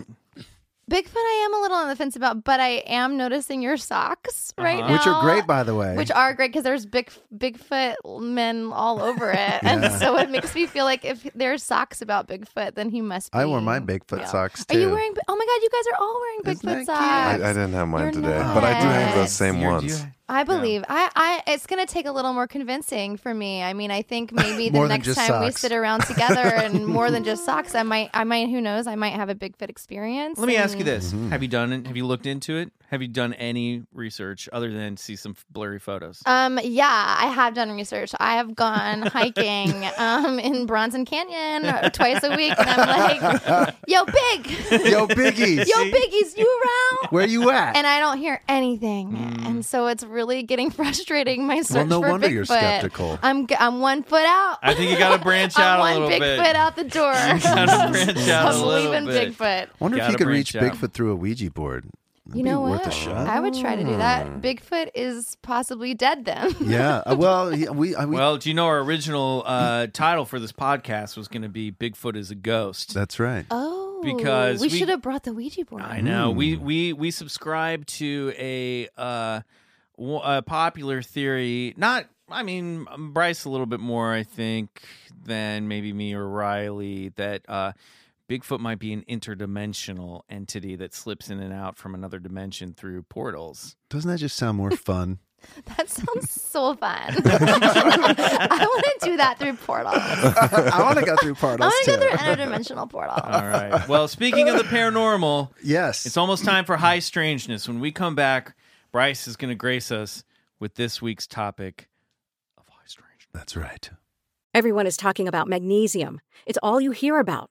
Speaker 5: Bigfoot, I am a little on the fence about, but I am noticing your socks
Speaker 1: Uh-huh.
Speaker 5: right now.
Speaker 2: Which are great, by the way.
Speaker 5: Which are great because there's big Bigfoot men all over it,
Speaker 1: (laughs)
Speaker 5: and so it makes me feel like if there's socks about Bigfoot, then he must. be.
Speaker 2: I wore my Bigfoot
Speaker 5: yeah.
Speaker 2: socks too.
Speaker 5: Are you wearing? Oh my God, you guys are all wearing
Speaker 2: Isn't
Speaker 5: Bigfoot
Speaker 2: that
Speaker 3: I,
Speaker 5: socks.
Speaker 3: I didn't have mine
Speaker 5: You're
Speaker 3: today,
Speaker 5: not.
Speaker 3: but I do have those
Speaker 5: Yes.
Speaker 3: same
Speaker 1: You're-
Speaker 3: ones.
Speaker 1: you-
Speaker 5: I believe I, I it's gonna take a little more convincing for me. I mean, I
Speaker 1: (laughs)
Speaker 5: think maybe
Speaker 2: More
Speaker 5: the
Speaker 2: than
Speaker 5: next
Speaker 2: just
Speaker 5: time we
Speaker 2: socks.
Speaker 5: sit around together and more than
Speaker 1: (laughs)
Speaker 5: just socks, I might I might who knows, I might have a big fit experience.
Speaker 1: Let me ask you
Speaker 5: and-
Speaker 1: this:
Speaker 2: Mm-hmm.
Speaker 1: Have you done? it? Have you looked into it? Have you done any research other than see some blurry photos?
Speaker 5: Um, yeah, I have done research. I have gone hiking (laughs) um, in Bronson Canyon twice a week, and (laughs) I'm like, "Yo, Big,
Speaker 2: Yo, Biggie,
Speaker 5: (laughs) yo, Biggies, you around?"
Speaker 2: where you at?
Speaker 5: And I don't hear anything, and so it's really getting (laughs) frustrating. My search
Speaker 2: no
Speaker 5: for
Speaker 2: wonder
Speaker 5: Bigfoot.
Speaker 2: you're skeptical.
Speaker 5: I'm g- I'm one foot out.
Speaker 1: I think you got to branch
Speaker 5: (laughs) I'm
Speaker 1: out a
Speaker 5: one
Speaker 1: little
Speaker 5: big
Speaker 1: bit.
Speaker 5: foot out the
Speaker 1: (laughs)
Speaker 5: door. (laughs)
Speaker 1: Gotta branch out
Speaker 5: I'm
Speaker 1: a little
Speaker 5: leaving
Speaker 1: bit.
Speaker 5: Bigfoot.
Speaker 2: Wonder if
Speaker 1: Gotta
Speaker 2: you could
Speaker 1: branch
Speaker 2: reach
Speaker 1: out.
Speaker 2: Bigfoot through a Ouija board. That'd
Speaker 5: You
Speaker 2: be
Speaker 5: know
Speaker 2: worth
Speaker 5: what?
Speaker 2: a shot.
Speaker 5: I would try to do that. Bigfoot is possibly dead then.
Speaker 2: (laughs) yeah. uh, Well, he- we, I- we
Speaker 1: Well, do you know our original uh, title for this podcast was going to be "Bigfoot is a Ghost"?
Speaker 2: that's right.
Speaker 5: Oh,
Speaker 1: Because
Speaker 5: we,
Speaker 1: we-
Speaker 5: should have brought the Ouija board.
Speaker 1: I know. We we we subscribe to a uh w- a popular theory. Not I mean um, Bryce a little bit more I think than maybe me or Riley that uh Bigfoot might be an interdimensional entity that slips in and out from another dimension through portals.
Speaker 2: Doesn't that just
Speaker 5: (laughs)
Speaker 2: sound more fun?
Speaker 5: That sounds so fun. (laughs) I want to do that through portals. I
Speaker 2: I want to go (laughs) through part
Speaker 5: want to go through interdimensional portals.
Speaker 1: All right. Well, speaking of the paranormal,
Speaker 2: Yes.
Speaker 1: it's almost time for high strangeness. When we come back, Bryce is going to grace us with this
Speaker 2: (laughs)
Speaker 1: week's topic of high strangeness.
Speaker 2: that's right.
Speaker 7: Everyone is talking about magnesium. It's all you hear about.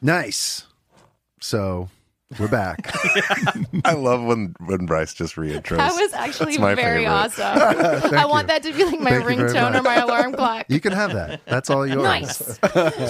Speaker 2: Nice. So we're
Speaker 1: (laughs)
Speaker 2: back.
Speaker 3: I love when when Bryce just reintros.
Speaker 5: That was actually
Speaker 3: That's my
Speaker 5: very
Speaker 3: favorite.
Speaker 5: awesome. I
Speaker 2: you.
Speaker 5: want that to be like my
Speaker 2: Thank you very
Speaker 5: ringtone or
Speaker 2: much.
Speaker 5: my alarm clock.
Speaker 2: you can have that. That's all yours.
Speaker 5: Nice.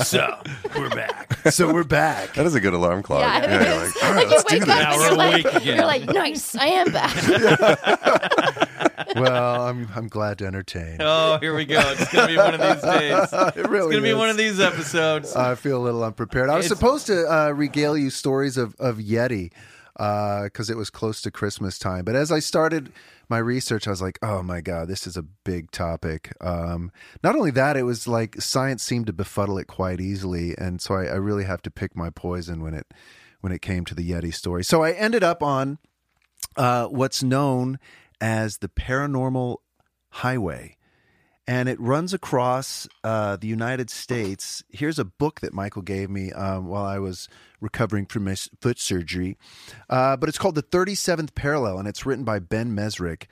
Speaker 1: So, we're back.
Speaker 2: So we're
Speaker 1: (laughs)
Speaker 2: back. Uh,
Speaker 3: That is a good alarm clock.
Speaker 5: Yeah, it
Speaker 3: you're
Speaker 5: is.
Speaker 3: like, all right,
Speaker 5: Like,
Speaker 3: let's do
Speaker 5: you wake
Speaker 3: this.
Speaker 5: up
Speaker 1: Now
Speaker 5: and
Speaker 1: we're
Speaker 5: you're like,
Speaker 1: awake again.
Speaker 5: you're like, nice, I am back.
Speaker 2: Well, I'm I'm glad to entertain.
Speaker 1: Oh, here we go. It's going to be one of these days.
Speaker 2: (laughs) It really
Speaker 1: It's going to be
Speaker 2: is. Um,
Speaker 1: one of these episodes.
Speaker 2: I feel a little unprepared. I was
Speaker 1: It's-
Speaker 2: supposed to uh, regale you stories of of Yeti because it was close to Christmas time. But as I started my research, I was like, "Oh my god, this is a big topic." Um, not only that, it was like science seemed to befuddle it quite easily, and so I, I really have to pick my poison when it when it came to the Yeti story. So I ended up on uh, what's known as the paranormal highway and it runs across uh, the United States. Here's a book that Michael gave me um, while I was recovering from my s- foot surgery, uh, but it's called The 37th Parallel, and it's written by Ben Mesrick.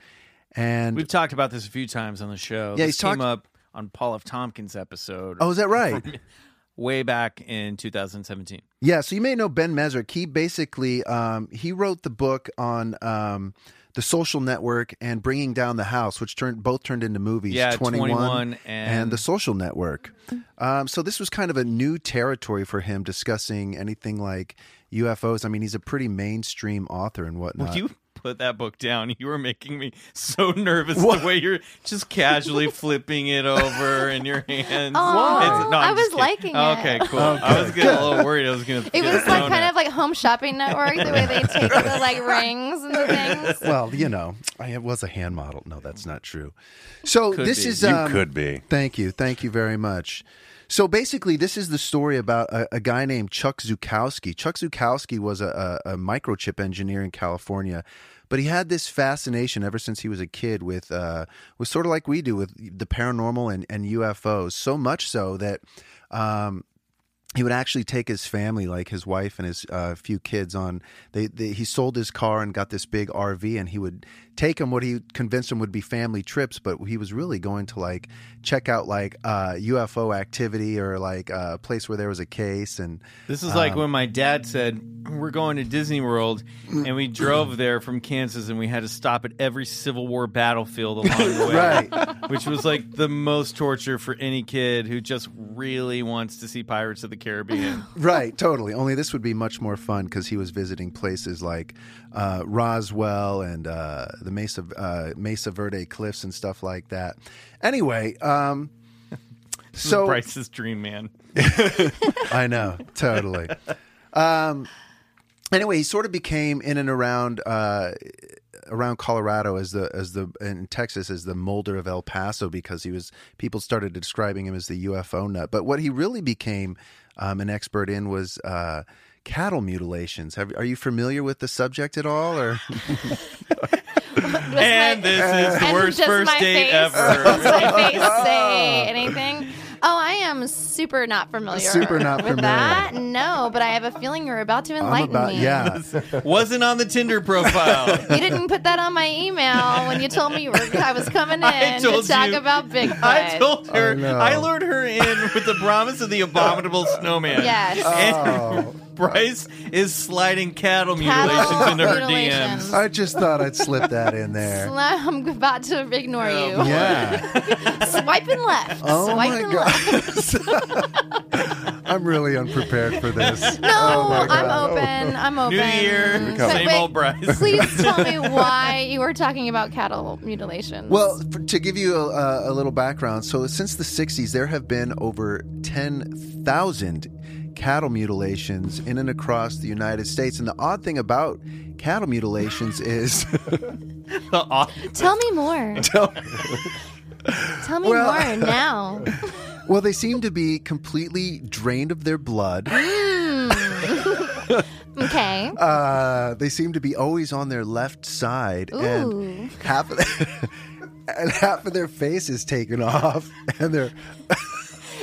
Speaker 2: And
Speaker 1: We've talked about this a few times on the show.
Speaker 2: Yeah,
Speaker 1: this
Speaker 2: he's
Speaker 1: came
Speaker 2: talked-
Speaker 1: up on Paul F. Tompkins' episode
Speaker 2: oh, is that right?
Speaker 1: way back in 2017.
Speaker 2: Yeah, so you may know Ben Mesrick. He basically um, he wrote the book on um, the Social Network and Bringing Down the House, which turned both turned into movies.
Speaker 1: Yeah,
Speaker 2: 21,
Speaker 1: 21 and-
Speaker 2: the Social Network. Um, so this was kind of a new territory for him discussing anything like UFOs. I mean, he's a pretty mainstream author and whatnot.
Speaker 1: When (laughs) you put that book down, you were making me so nervous the way you're just (laughs) casually flipping it over in your hands.
Speaker 5: Aw,
Speaker 1: It's- no, I'm
Speaker 5: I
Speaker 1: just
Speaker 5: was
Speaker 1: kidding.
Speaker 5: liking it.
Speaker 1: Okay, cool. I was getting (laughs) a little worried. I was going to.
Speaker 5: It was like kind of like Home Shopping Network, the way they take the like rings and the things.
Speaker 2: well, you know, I it was a hand model. No, that's not true. So
Speaker 1: Could
Speaker 2: this
Speaker 1: be.
Speaker 2: is
Speaker 3: You
Speaker 2: um,
Speaker 3: could be.
Speaker 2: Thank you. Thank you very much. So basically, this is the story about a, a guy named Chuck Zukowski. Chuck Zukowski was a, a, a microchip engineer in California, but he had this fascination ever since he was a kid with, uh, was sort of like we do with the paranormal and, and UFOs, so much so that um, he would actually take his family, like his wife and his uh, few kids, on. They, they he sold his car and got this big RV, and he would take them what he convinced them would be family trips, but he was really going to like check out like uh, UFO activity or like uh, a place where there was a case. And
Speaker 1: This is like when my dad said, We're going to Disney World, and we drove there from Kansas and we had to stop at every Civil War battlefield along (laughs) the way.
Speaker 2: Right.
Speaker 1: Which was like the most torture for any kid who just really wants to see Pirates of the Caribbean.
Speaker 2: right, totally. Only this would be much more fun because he was visiting places like uh, Roswell and uh, the Mesa uh, Mesa Verde cliffs and stuff like that. Anyway, um,
Speaker 1: Oh.
Speaker 2: so
Speaker 1: Bryce's dream man.
Speaker 2: I know, totally. Um, anyway, he sort of became in and around uh, around Colorado as the as the and Texas as the Molder of El Paso because he was people started describing him as the UFO nut. But what he really became um, an expert in was uh, cattle mutilations. Have, are you familiar with the subject at all?
Speaker 5: (laughs)
Speaker 2: Or
Speaker 1: And
Speaker 5: my-
Speaker 1: this is the
Speaker 5: And
Speaker 1: worst
Speaker 5: does
Speaker 1: first
Speaker 5: my
Speaker 1: date
Speaker 5: face-
Speaker 1: ever.
Speaker 5: Does my
Speaker 1: (laughs)
Speaker 5: face
Speaker 2: (laughs)
Speaker 5: say anything? Oh, I am super not familiar.
Speaker 2: Super not
Speaker 5: with
Speaker 2: familiar.
Speaker 5: that. (laughs) No, but I have a feeling you're about to enlighten me.
Speaker 2: yeah.
Speaker 1: (laughs) Wasn't on the Tinder
Speaker 5: (laughs)
Speaker 1: profile.
Speaker 5: You didn't put that on my email when you told me you were, I was coming
Speaker 1: (laughs) I
Speaker 5: in to
Speaker 1: told
Speaker 5: talk
Speaker 1: you.
Speaker 5: about Bigfoot.
Speaker 1: (laughs) I told her,
Speaker 2: no.
Speaker 1: I lured her in with the promise of
Speaker 2: (laughs)
Speaker 1: the abominable snowman.
Speaker 5: Yes.
Speaker 2: Oh.
Speaker 1: And (laughs) Bryce is sliding cattle
Speaker 5: Cattle
Speaker 1: mutilations into her
Speaker 5: mutilations.
Speaker 1: DMs.
Speaker 2: I just thought I'd slip that in
Speaker 5: (laughs)
Speaker 2: there.
Speaker 5: I'm about to ignore you.
Speaker 2: Yeah.
Speaker 5: Swipe and left.
Speaker 2: Oh
Speaker 5: Swipe
Speaker 2: my
Speaker 5: and left.
Speaker 2: gosh. (laughs) I'm really unprepared for this.
Speaker 5: No, I'm open.
Speaker 2: Oh.
Speaker 5: I'm open.
Speaker 1: New year,
Speaker 5: But
Speaker 1: same
Speaker 5: wait,
Speaker 1: old Bryce.
Speaker 5: Please tell me why you were talking about cattle mutilations.
Speaker 2: Well, f to give you a, a little background, so since the 60s, there have been over 10,000 cattle mutilations in and across the United States. And the odd thing about cattle mutilations is, (laughs)
Speaker 5: Tell me more. Tell, me more now.
Speaker 2: well, they seem to be completely drained of their blood.
Speaker 5: Okay.
Speaker 2: Uh, they seem to be always on their left side,
Speaker 5: Ooh.
Speaker 2: and half of (laughs) and half of their face is taken off, (laughs) and they're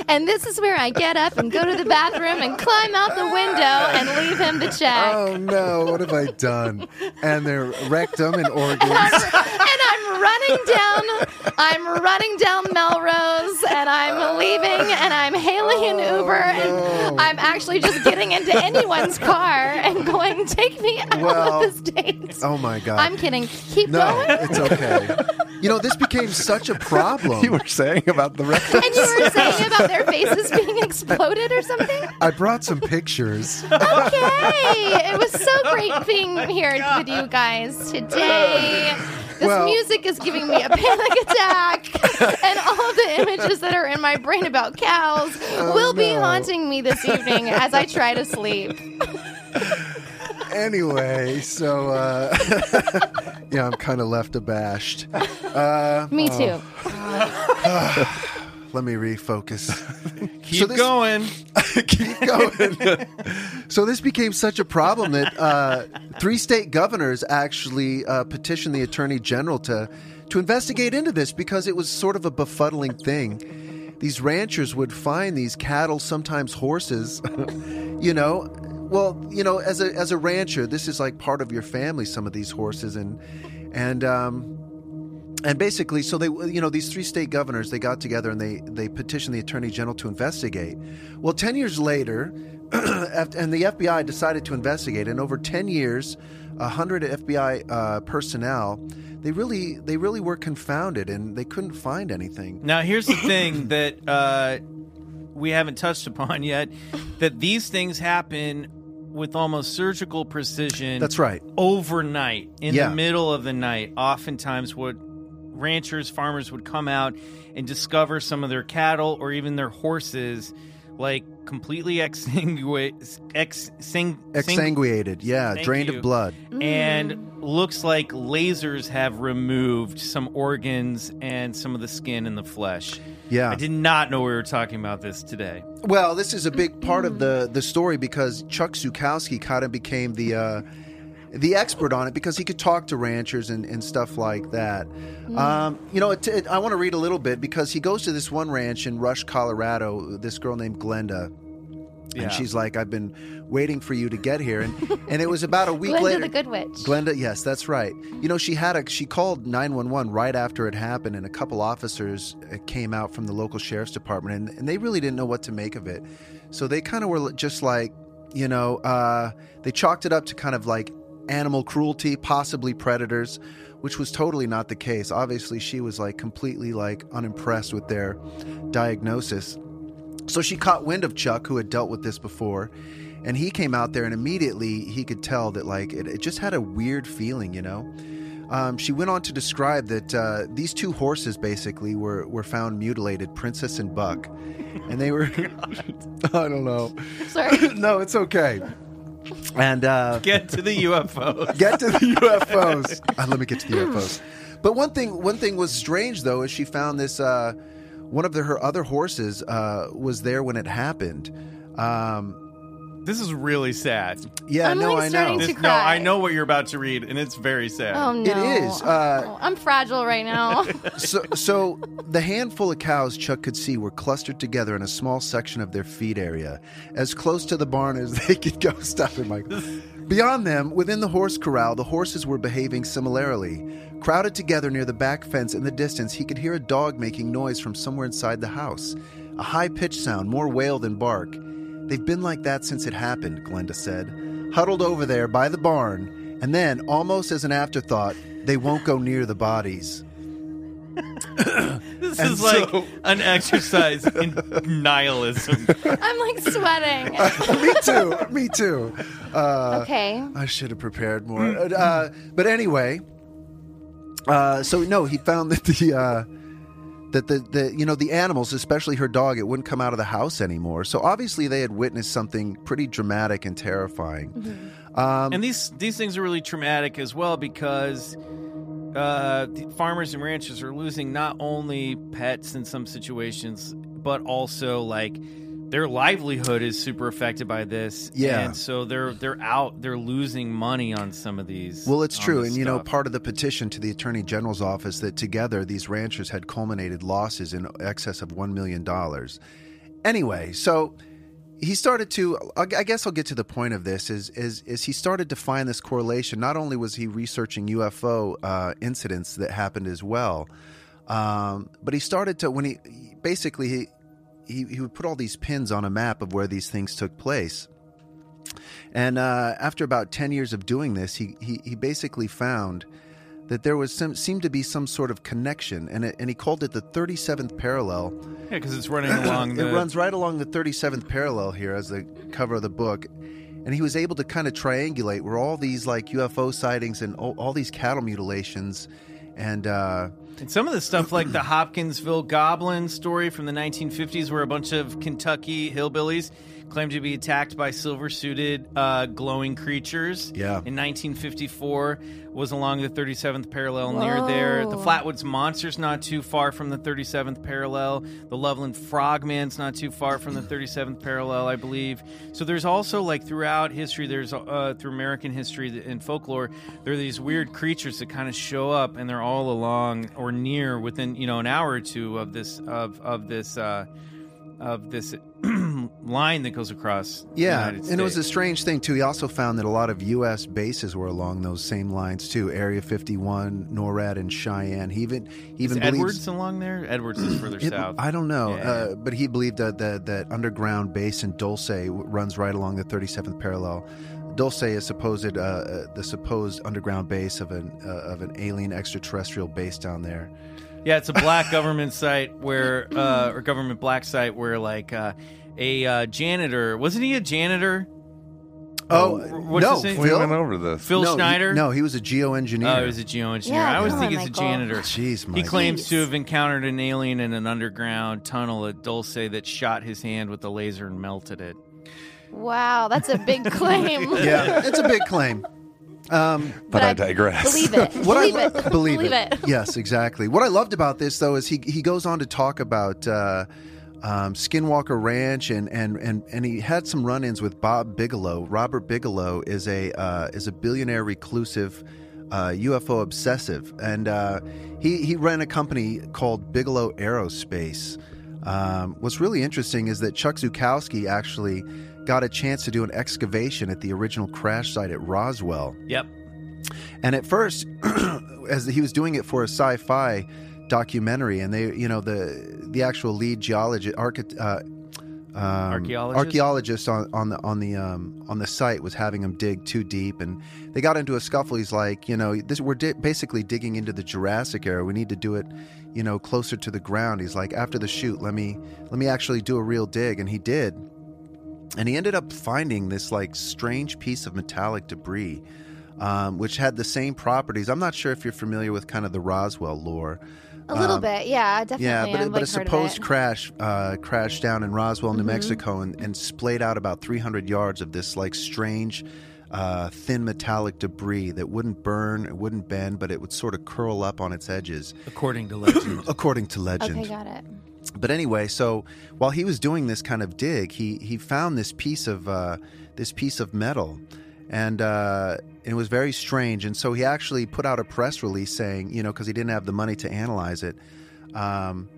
Speaker 5: And this is where I get up and go to the bathroom and climb out the window and leave him the check.
Speaker 2: oh no, what have I done? And their rectum and organs.
Speaker 5: and I'm running down. I'm running down Melrose, and I'm leaving, and I'm hailing
Speaker 2: Oh,
Speaker 5: an Uber, and I'm actually just getting into anyone's car and going, "Take me out
Speaker 2: Well,
Speaker 5: of this date."
Speaker 2: Oh my god!
Speaker 5: I'm kidding. Keep
Speaker 2: No,
Speaker 5: going.
Speaker 2: it's okay. You know, this became such a
Speaker 3: (laughs) You
Speaker 2: problem.
Speaker 3: were saying about the rectum.
Speaker 5: And you were saying about their faces being exploded or something?
Speaker 2: I brought some pictures.
Speaker 5: Okay. It was so great being here with you guys today. This
Speaker 2: Well-
Speaker 5: music is giving me a panic attack, and all of the images that are in my brain
Speaker 2: (laughs)
Speaker 5: about cows will be
Speaker 2: Oh, no.
Speaker 5: haunting me this evening as I try to
Speaker 2: (laughs)
Speaker 5: sleep.
Speaker 2: Anyway, so uh, (laughs) yeah, I'm kind of left abashed.
Speaker 5: Me
Speaker 2: Oh.
Speaker 5: too.
Speaker 2: Let me
Speaker 3: (laughs)
Speaker 2: refocus.
Speaker 1: Keep
Speaker 2: So this- (laughs) keep
Speaker 1: going.
Speaker 2: going. (laughs) so this became such a problem that uh, three state governors actually uh, petitioned the attorney general to to investigate into this because it was sort of a befuddling thing. These ranchers would find these cattle, sometimes horses, (laughs) you know. Well, you know, as a as a rancher, this is like part of your family. Some of these horses and and um, and basically so they you know these three state governors they got together and they they petitioned the attorney general to investigate well 10 years later (clears throat) after- and the fbi decided to investigate and over 10 years 100 fbi uh, personnel they really they really were confounded and they couldn't find anything
Speaker 1: Now, here's the thing that uh, we haven't touched upon yet that these things happen with almost surgical precision.
Speaker 2: that's right
Speaker 1: Overnight, in
Speaker 2: Yeah.
Speaker 1: the middle of the night, oftentimes what ranchers, farmers would come out and discover some of their cattle or even their horses, like completely (laughs) extinguished, ex, sing, sing-
Speaker 2: exsanguinated yeah
Speaker 1: Thank
Speaker 2: drained
Speaker 1: you.
Speaker 2: of blood
Speaker 1: and looks like lasers have removed some organs and some of the skin and the flesh.
Speaker 2: yeah
Speaker 1: I did not know we were talking about this today.
Speaker 2: Well, this is a big part of the the story because Chuck Zukowski kind of became the uh, the expert on it because he could talk to ranchers and, and stuff like that.
Speaker 5: Mm.
Speaker 2: Um, you know, it, it, I want to read a little bit because he goes to this one ranch in Rush, Colorado. This girl named Glenda
Speaker 1: Yeah.
Speaker 2: And she's like, I've been waiting for you to get here. And, and it was about a week
Speaker 5: Glenda
Speaker 2: later.
Speaker 5: the Good Witch.
Speaker 2: Glenda, yes, that's right. You know, she had a she called 911 right after it happened, and a couple officers uh, came out from the local sheriff's department, and, and they really didn't know what to make of it. So they kind of were just like, you know, uh, they chalked it up to kind of like animal cruelty, possibly predators, which was totally not the case. Obviously, she was like completely like unimpressed with their diagnosis. So she caught wind of Chuck, who had dealt with this before, and he came out there and immediately he could tell that like it, it just had a weird feeling, you know. Um, she went on to describe that uh, these two horses basically were were found mutilated, Princess and Buck, and they were (laughs) I don't know.
Speaker 5: Sorry.
Speaker 2: (laughs) no, it's okay. And uh,
Speaker 1: (laughs) Get to the UFO.
Speaker 2: get to the UFOs. (laughs) Uh, let me get to the UFOs. But one thing, one thing was strange though, is she found this. Uh, one of the, her other horses uh, was there when it happened. Um,
Speaker 1: This is really sad.
Speaker 2: yeah,
Speaker 5: I'm,
Speaker 2: no, I
Speaker 5: like,
Speaker 2: know.
Speaker 5: starting
Speaker 1: This,
Speaker 5: to
Speaker 1: no,
Speaker 5: cry.
Speaker 1: I know what you're about to read, and it's very sad.
Speaker 5: Oh no.
Speaker 2: is, uh,
Speaker 5: Oh, I'm fragile
Speaker 2: (laughs)
Speaker 5: right now. (laughs)
Speaker 2: so, so the handful of cows Chuck could see were clustered together in a small section of their feed area, as close to the barn as (laughs) they could go. Stop it, Michael. Beyond them, within the horse corral, the horses were behaving similarly. Crowded together near the back fence in the distance, he could hear a dog making noise from somewhere inside the house. A high pitched sound, more wail than bark. They've been like that since it happened, Glenda said. Huddled over there by the barn, and then, almost as an afterthought, they won't go near the bodies.
Speaker 1: this
Speaker 2: and
Speaker 1: is like
Speaker 2: so- (laughs)
Speaker 1: an exercise in nihilism.
Speaker 5: I'm like sweating.
Speaker 2: (laughs) me too. Me too. Uh,
Speaker 5: okay.
Speaker 2: I should have prepared more. Uh, but anyway, uh, so no, he found that the uh, that the, the you know the animals, especially her dog, it wouldn't come out of the house anymore. So obviously they had witnessed something pretty dramatic and terrifying. Um,
Speaker 1: and these these things are really traumatic as well because uh, the farmers and ranchers are losing not only pets in some situations, but also like their livelihood is super affected by this.
Speaker 2: Yeah.
Speaker 1: and so they're they're out, they're losing money on some of these.
Speaker 2: Well, it's
Speaker 1: on
Speaker 2: true.
Speaker 1: this
Speaker 2: And, you know,
Speaker 1: stuff.
Speaker 2: part of the petition to the Attorney General's office that together these ranchers had culminated losses in excess of $1 million. Anyway, so he started to I I guess I'll get to the point of this is is is he started to find this correlation. Not only was he researching UFO uh, incidents that happened as well, um, but he started to when he basically he, he he would put all these pins on a map of where these things took place. And uh, after about ten years of doing this, he he, he basically found that there was some seemed to be some sort of connection, and it, and he called it the thirty seventh parallel
Speaker 1: yeah, because it's running along.
Speaker 2: (coughs)
Speaker 1: The,
Speaker 2: it runs right along the 37th parallel here as the cover of the book and he was able to kind of triangulate where all these like ufo sightings and all, all these cattle mutilations and uh,
Speaker 1: And some of the stuff like the Hopkinsville Goblin story from the 1950s, where a bunch of Kentucky hillbillies claimed to be attacked by silver suited uh, glowing creatures.
Speaker 2: Yeah.
Speaker 1: In 1954, was along the 37th parallel near there. The
Speaker 5: Whoa.
Speaker 1: Flatwoods Monster's not too far from the 37th parallel. The Loveland Frogman's not too far from the 37th parallel, I believe. So there's also, like, throughout history, there's uh, through American history and folklore, there are these weird creatures that kind of show up and they're all along or near within, you know, an hour or two of this, of, of this, uh, of this (clears throat) line that goes across.
Speaker 2: yeah
Speaker 1: the United
Speaker 2: and it was a
Speaker 1: States.
Speaker 2: strange thing too he also found that a lot of us bases were along those same lines too area 51 norad and cheyenne he even he
Speaker 1: Is
Speaker 2: even believes-
Speaker 1: Edwards along there? Edwards is further
Speaker 2: It-
Speaker 1: south.
Speaker 2: I don't know,
Speaker 1: Yeah.
Speaker 2: uh, but he believed that, that that underground base in Dulce w- runs right along the 37th parallel. Dulce is supposed uh, uh, the supposed underground base of an uh, of an alien extraterrestrial base down there.
Speaker 1: Yeah, it's a black government site where, uh, or government black site where, like, uh, a uh, janitor wasn't he a janitor?
Speaker 2: Oh,
Speaker 1: r- what's
Speaker 2: no,
Speaker 1: his name?
Speaker 3: We
Speaker 2: Phil?
Speaker 3: went over this.
Speaker 1: Phil
Speaker 2: no, he-
Speaker 1: Schneider.
Speaker 2: no, he was a
Speaker 1: oh,
Speaker 2: geoengineer.
Speaker 1: he was a geoengineer.
Speaker 5: Yeah,
Speaker 1: I always
Speaker 5: come
Speaker 1: think
Speaker 5: on,
Speaker 1: he's
Speaker 5: Michael.
Speaker 1: a janitor.
Speaker 2: Jeez,
Speaker 1: He
Speaker 2: Mike.
Speaker 1: claims
Speaker 5: Jeez.
Speaker 1: to have encountered an alien in an underground tunnel at Dulce that shot his hand with a laser and melted it.
Speaker 5: Wow, that's a big claim.
Speaker 2: (laughs) yeah, it's a big
Speaker 1: (laughs)
Speaker 2: claim. Um,
Speaker 3: But I digress.
Speaker 5: Believe it.
Speaker 8: (laughs)
Speaker 2: What
Speaker 5: believe,
Speaker 2: I,
Speaker 5: it.
Speaker 2: Believe, it. yes, exactly. What I loved about this though is he he goes on to talk about uh, um, Skinwalker Ranch and and and and he had some run-ins with Bob Bigelow. Robert Bigelow is a uh, is a billionaire reclusive. Uh, UFO obsessive, and uh, he he ran a company called Bigelow Aerospace. Um, what's really interesting is that Chuck Zukowski actually got a chance to do an excavation at the original crash site at Roswell.
Speaker 1: Yep.
Speaker 2: And at first, (clears throat) as he was doing it for a sci-fi documentary, and they, you know, the the actual lead geologist, archi- uh, um,
Speaker 1: Archaeologist?
Speaker 2: archaeologist on, on the on the um, on the site was having him dig too deep, and they got into a scuffle. He's like, you know, this we're di- basically digging into the Jurassic era. We need to do it, you know, closer to the ground. He's like, after the shoot, let me let me actually do a real dig, and he did, and he ended up finding this like strange piece of metallic debris um, which had the same properties. I'm not sure if you're familiar with kind of the Roswell lore.
Speaker 5: A little
Speaker 2: Um,
Speaker 5: bit, yeah, definitely.
Speaker 2: Yeah, but,
Speaker 5: I've,
Speaker 2: it- but
Speaker 5: like,
Speaker 2: a
Speaker 5: heard of
Speaker 2: supposed
Speaker 5: it. Mm-hmm.
Speaker 2: crash uh, crashed down in Roswell, New Mexico, and, and splayed out about 300 yards of this like strange, uh, thin metallic debris that wouldn't burn, it wouldn't bend, but it would sort of curl up on its
Speaker 5: (clears throat)
Speaker 2: edges, (clears throat)
Speaker 1: According to legend.
Speaker 2: according to legend.
Speaker 5: Okay, got it.
Speaker 2: But anyway, so while he was doing this kind of dig, he he found this piece of uh, this piece of metal, and uh, it was very strange. And so he actually put out a press release saying, you know, because he didn't have the money to analyze it. Um,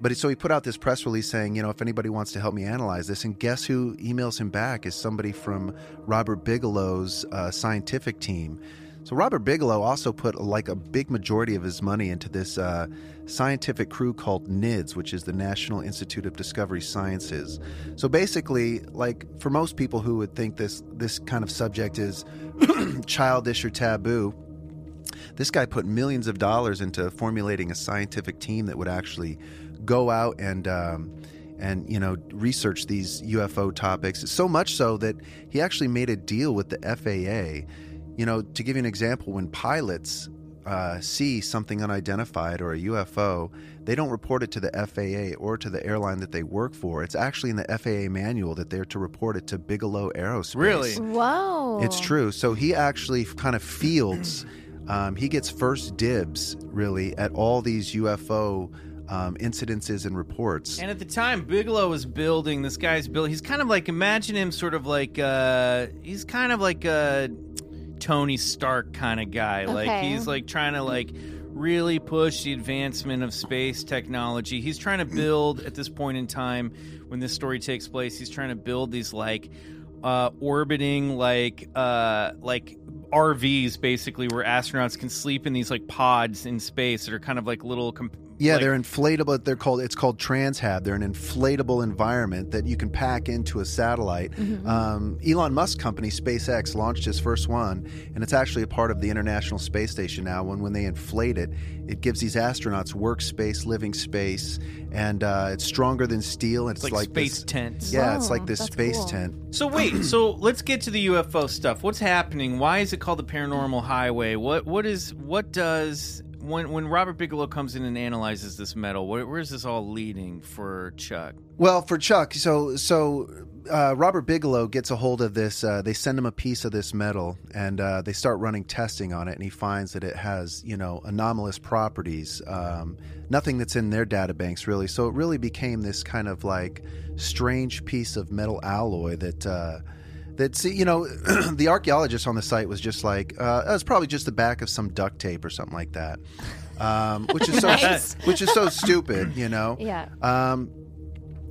Speaker 2: but he, so he put out this press release saying, you know, if anybody wants to help me analyze this, and guess who emails him back is somebody from Robert Bigelow's uh, scientific team. So Robert Bigelow also put like a big majority of his money into this uh, scientific crew called NIDS, which is the National Institute of Discovery Sciences. So basically, like for most people who would think this this kind of subject is (clears throat) childish or taboo, this guy put millions of dollars into formulating a scientific team that would actually go out and um, and you know research these UFO topics. So much so that he actually made a deal with the FAA. You know, to give you an example, when pilots uh, see something unidentified or a UFO, they don't report it to the FAA or to the airline that they work for. It's actually in the FAA manual that they're to report it to Bigelow Aerospace.
Speaker 1: Really?
Speaker 5: Whoa.
Speaker 2: It's true. So he actually kind of
Speaker 1: (clears throat)
Speaker 2: fields, um, he gets first dibs, really, at all these UFO um, incidences and reports.
Speaker 1: And at the time, Bigelow was building. This guy's build. He's kind of like imagine him, sort of like uh, he's kind of like a Tony Stark kind of guy. Like
Speaker 5: Okay.
Speaker 1: he's like trying to like really push the advancement of space technology. He's trying to build at this point in time when this story takes place. He's trying to build these like uh, orbiting like uh, like RVs basically where astronauts can sleep in these like pods in space that are kind of like little comp-
Speaker 2: yeah,
Speaker 1: like-
Speaker 2: they're inflatable. They're called. It's called Transhab. They're an inflatable environment that you can pack into a satellite.
Speaker 1: Mm-hmm,
Speaker 2: Um, Elon Musk company SpaceX launched his first one, and it's actually a part of the International Space Station now. And when they inflate it, it gives these astronauts workspace, living space, and uh, it's stronger than steel. and It's,
Speaker 1: like,
Speaker 2: this-
Speaker 1: space tents.
Speaker 2: Yeah, it's like this
Speaker 5: Oh, that's
Speaker 2: space
Speaker 5: cool.
Speaker 2: tent.
Speaker 1: So wait, so (clears throat) let's get to the UFO stuff. What's happening? Why is it called the paranormal highway? What what is what does when when Robert Bigelow comes in and analyzes this metal? Where, where is this all leading for Chuck?
Speaker 2: Well, for Chuck, so so uh, Robert Bigelow gets a hold of this. Uh, they send him a piece of this metal, and uh, they start running testing on it. And he finds that it has you know anomalous properties, um, nothing that's in their databanks really. So it really became this kind of like strange piece of metal alloy that. Uh, that's you know (clears throat) the archaeologist on the site was just like uh, it's probably just the back of some duct tape or something like that, um, which is so
Speaker 5: (laughs) Nice.
Speaker 2: which is so stupid, you know.
Speaker 5: Yeah.
Speaker 2: Um,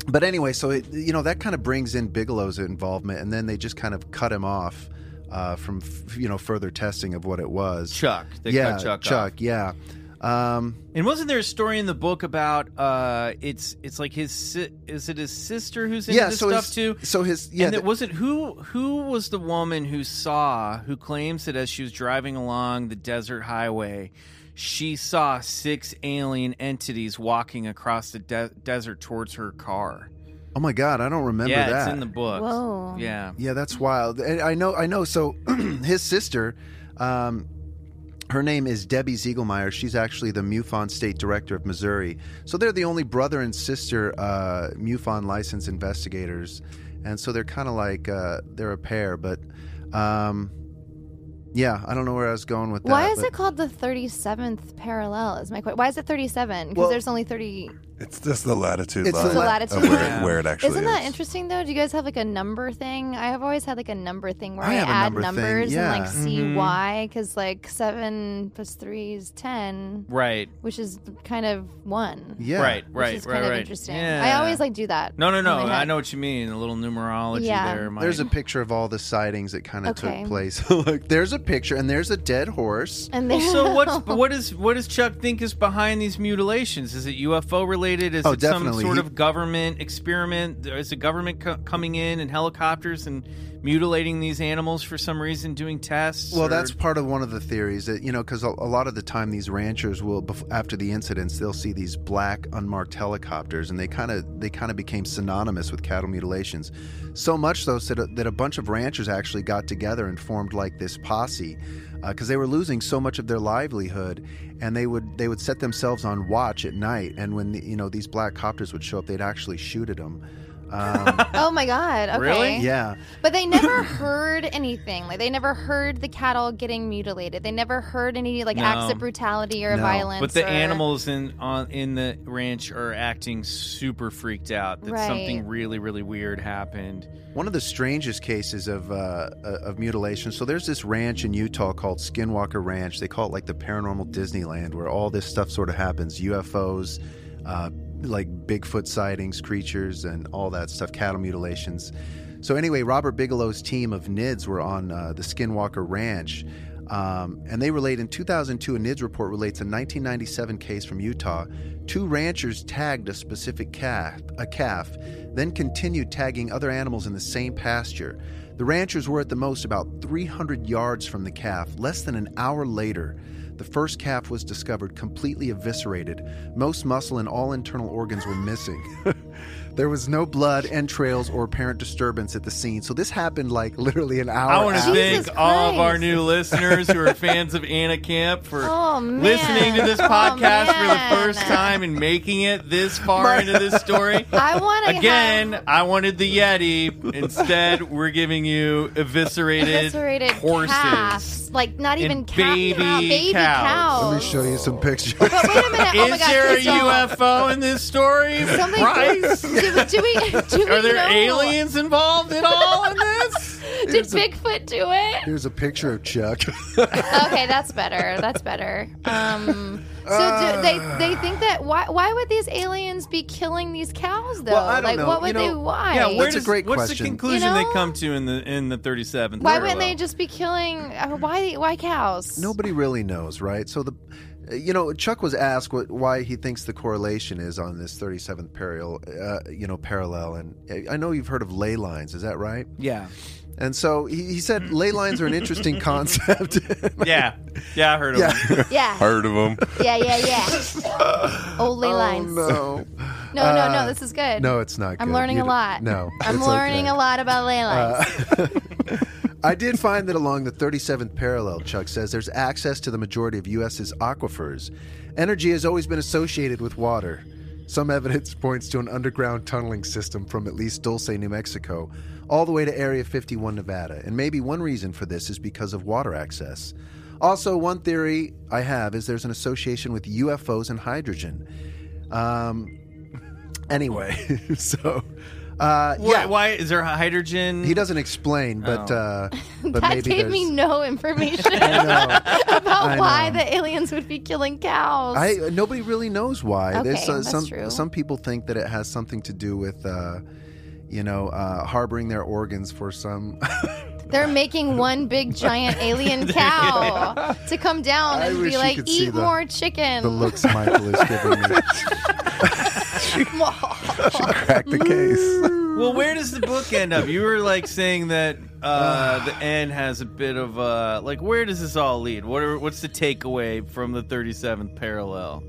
Speaker 2: but anyway, so it, you know that kind of brings in Bigelow's involvement, and then they just kind of cut him off uh, from f- you know further testing of what it was.
Speaker 1: Chuck. They
Speaker 2: yeah,
Speaker 1: cut Chuck. off.
Speaker 2: yeah. Um,
Speaker 1: And wasn't there a story in the book about uh it's it's like his si- is it his sister who's into
Speaker 2: yeah.
Speaker 1: this
Speaker 2: So
Speaker 1: stuff
Speaker 2: his,
Speaker 1: too?
Speaker 2: So his yeah.
Speaker 1: and it
Speaker 2: the-
Speaker 1: wasn't who who was the woman who saw who claims that as she was driving along the desert highway, she saw six alien entities walking across the de- desert towards her car.
Speaker 2: oh my God, I don't remember
Speaker 1: yeah,
Speaker 2: that.
Speaker 1: it's in the book.
Speaker 5: Whoa.
Speaker 1: Yeah.
Speaker 2: Yeah, that's wild. And I know, I know. So (clears throat) his sister, um, her name is Debbie Ziegelmeyer. She's actually the MUFON state director of Missouri. So they're the only brother and sister uh, MUFON licensed investigators, and so they're kind of like uh, they're a pair. But um, Yeah, I don't know where I was going with that.
Speaker 5: Why is
Speaker 2: but-
Speaker 5: it called the 37th parallel? Is my question. Why is it 37? Because
Speaker 2: Well-
Speaker 5: there's only 30.
Speaker 3: It's just the latitude
Speaker 2: It's the
Speaker 3: line
Speaker 2: la-
Speaker 3: of
Speaker 5: latitude
Speaker 3: where,
Speaker 5: line.
Speaker 3: it, where it actually
Speaker 5: Isn't
Speaker 3: is.
Speaker 5: that interesting though? Do you guys have like a number thing? I have always had like a number thing where
Speaker 2: I
Speaker 5: I,
Speaker 2: have a
Speaker 5: add
Speaker 2: number thing,
Speaker 5: numbers and
Speaker 2: yeah. Mm-hmm.
Speaker 5: like see
Speaker 1: Mhm.
Speaker 5: why, because like seven plus three is ten,
Speaker 1: Right.
Speaker 5: which is kind of one.
Speaker 2: Yeah.
Speaker 1: Right. Right.
Speaker 5: which is
Speaker 1: right.
Speaker 5: kind
Speaker 1: right.
Speaker 5: of interesting. I always like do that.
Speaker 1: No, no,
Speaker 5: in
Speaker 1: no.
Speaker 5: my
Speaker 1: I
Speaker 5: head.
Speaker 1: know what you mean. A little numerology
Speaker 5: Yeah.
Speaker 1: there. Mike.
Speaker 2: There's a picture of all the sightings that kind of
Speaker 5: Okay.
Speaker 2: took place. (laughs) Look, there's a picture, and there's a dead horse.
Speaker 5: And
Speaker 1: (laughs) Well,
Speaker 5: then,
Speaker 1: so
Speaker 5: (laughs)
Speaker 1: what's what is what does Chuck think is behind these mutilations? Is it UFO related? Is
Speaker 2: Oh,
Speaker 1: it some
Speaker 2: definitely.
Speaker 1: sort
Speaker 2: He-
Speaker 1: of government experiment? Is the government co- coming in in helicopters and mutilating these animals for some reason, doing tests?
Speaker 2: Well,
Speaker 1: or-
Speaker 2: that's part of one of the theories that you know, because a, a lot of the time these ranchers will, bef- after the incidents, they'll see these black unmarked helicopters, and they kind of they kind of became synonymous with cattle mutilations, so much so that a, that a bunch of ranchers actually got together and formed like this posse, because they were losing so much of their livelihood, and they would they would set themselves on watch at night, and when the, you know these black copters would show up, they'd actually shoot at them. Um,
Speaker 5: oh my god. Okay.
Speaker 1: Really?
Speaker 2: yeah.
Speaker 5: But they never heard anything. Like they never heard the cattle getting mutilated. They never heard any like acts
Speaker 1: No.
Speaker 5: of brutality or
Speaker 2: No.
Speaker 5: violence.
Speaker 1: But the
Speaker 5: or-
Speaker 1: animals in on in the ranch are acting super freaked out that
Speaker 5: Right.
Speaker 1: something really really weird happened.
Speaker 2: One of the strangest cases of uh, of mutilation. So there's this ranch in Utah called Skinwalker Ranch. They call it like the paranormal Disneyland, where all this stuff sort of happens: UFOs, uh, like Bigfoot sightings, creatures, and all that stuff, cattle mutilations. So anyway, Robert Bigelow's team of NIDS were on uh, the Skinwalker Ranch. Um, and they relate in 2002, a NIDS report relates a 1997 case from Utah. Two ranchers tagged a specific calf, a calf, then continued tagging other animals in the same pasture. The ranchers were at the most about 300 yards from the calf. Less than an hour later, the first calf was discovered completely eviscerated. Most muscle and all internal organs were missing. there was no blood, entrails, or apparent disturbance at the scene. So this happened like literally an hour.
Speaker 1: I want to
Speaker 2: after.
Speaker 1: thank
Speaker 5: Jesus
Speaker 1: all of our
Speaker 5: Christ.
Speaker 1: new listeners who are fans of Anna Camp for
Speaker 5: (laughs) Oh, man.
Speaker 1: listening to this
Speaker 5: Oh,
Speaker 1: podcast for
Speaker 5: man.
Speaker 1: the first time and making it this far
Speaker 5: (laughs)
Speaker 1: into this story.
Speaker 5: I want to
Speaker 1: Again, I wanted the Yeti. Instead, we're giving you eviscerated,
Speaker 5: eviscerated
Speaker 1: horses.
Speaker 5: calves, like not
Speaker 1: and
Speaker 5: even calf,
Speaker 1: baby
Speaker 5: cow- baby
Speaker 1: cows.
Speaker 5: cows.
Speaker 2: Let me show you some pictures.
Speaker 5: (laughs) But wait a minute! oh my
Speaker 1: Is
Speaker 5: God,
Speaker 1: there a
Speaker 5: please don't.
Speaker 1: UFO in this story?
Speaker 5: Something-
Speaker 1: Bryce?
Speaker 5: Do, do we?
Speaker 1: (laughs)
Speaker 5: Do we
Speaker 1: Are there
Speaker 5: know?
Speaker 1: aliens involved at all
Speaker 5: (laughs)
Speaker 1: in this?
Speaker 5: Did Bigfoot do it?
Speaker 2: Here's a picture of
Speaker 5: (laughs)
Speaker 2: Chuck.
Speaker 5: Okay, that's better. That's better. Um, so
Speaker 2: Uh,
Speaker 5: do, they they think that why why would these aliens be killing these cows though?
Speaker 2: Well, I don't
Speaker 5: like
Speaker 2: know.
Speaker 5: what would
Speaker 2: You
Speaker 5: they?
Speaker 2: know-
Speaker 5: Why?
Speaker 1: Yeah, where
Speaker 2: That's a
Speaker 1: does-
Speaker 2: great
Speaker 1: what's
Speaker 2: question.
Speaker 1: the
Speaker 2: You
Speaker 5: know?
Speaker 1: conclusion they come to in the in the 37th?
Speaker 5: why
Speaker 1: parallel?
Speaker 5: wouldn't they just be killing? uh, Why why cows?
Speaker 2: Nobody really knows, right? So the, you know, Chuck was asked what, why he thinks the correlation is on this 37th parallel, uh, you know, parallel. And uh, I know you've heard of ley lines, is that right?
Speaker 1: Yeah.
Speaker 2: And so he, he said ley lines are an
Speaker 5: (laughs)
Speaker 2: interesting concept. (laughs)
Speaker 1: Yeah. Yeah, I heard of
Speaker 2: Yeah.
Speaker 1: them.
Speaker 5: Yeah,
Speaker 3: Heard of them.
Speaker 5: yeah, yeah, yeah.
Speaker 2: (laughs)
Speaker 5: Old ley lines.
Speaker 2: Oh, no. Uh,
Speaker 5: No, no, no. This is good.
Speaker 2: No, it's not.
Speaker 5: I'm
Speaker 2: good.
Speaker 5: learning
Speaker 2: You
Speaker 5: a
Speaker 2: d-
Speaker 5: lot.
Speaker 2: No,
Speaker 5: I'm
Speaker 2: it's
Speaker 5: learning
Speaker 2: okay. Uh,
Speaker 5: a lot about ley lines.
Speaker 2: I did find that along the 37th parallel, Chuck says, there's access to the majority of U.S.'s aquifers. Energy has always been associated with water. Some evidence (laughs) points to an underground tunneling system from at least Dulce, New Mexico, all the way to Area 51, Nevada. And maybe one reason for this is because of water access. Also, one theory I have is there's an association with UFOs and hydrogen. Um, (laughs) anyway, (laughs) so uh,
Speaker 1: Why,
Speaker 2: yeah,
Speaker 1: why is there hydrogen?
Speaker 2: he doesn't explain, but
Speaker 5: (laughs)
Speaker 2: uh, but
Speaker 5: Oh. that
Speaker 2: maybe
Speaker 5: gave
Speaker 2: there's... (laughs)
Speaker 5: me no information (laughs)
Speaker 2: I know.
Speaker 5: about
Speaker 2: I
Speaker 5: why
Speaker 2: know.
Speaker 5: the aliens would be killing cows.
Speaker 2: I nobody really knows why. There's
Speaker 5: Okay,
Speaker 2: so-
Speaker 5: that's
Speaker 2: some
Speaker 5: true.
Speaker 2: some people think that it has something to do with. Uh, you know, uh, harboring their organs for some. (laughs)
Speaker 5: They're making one big giant alien cow to come down
Speaker 2: I
Speaker 5: and
Speaker 2: wish
Speaker 5: be
Speaker 2: you
Speaker 5: like,
Speaker 2: could see
Speaker 5: eat
Speaker 2: the-
Speaker 5: more chicken.
Speaker 2: the looks Michael is giving
Speaker 5: (laughs)
Speaker 2: me.
Speaker 3: Crack the
Speaker 5: Mm.
Speaker 3: case.
Speaker 1: Well, where does the book end up? You were like saying that
Speaker 2: (sighs)
Speaker 1: uh, the end has a bit of uh, like where does this all lead? What are, what's the takeaway from the 37th parallel?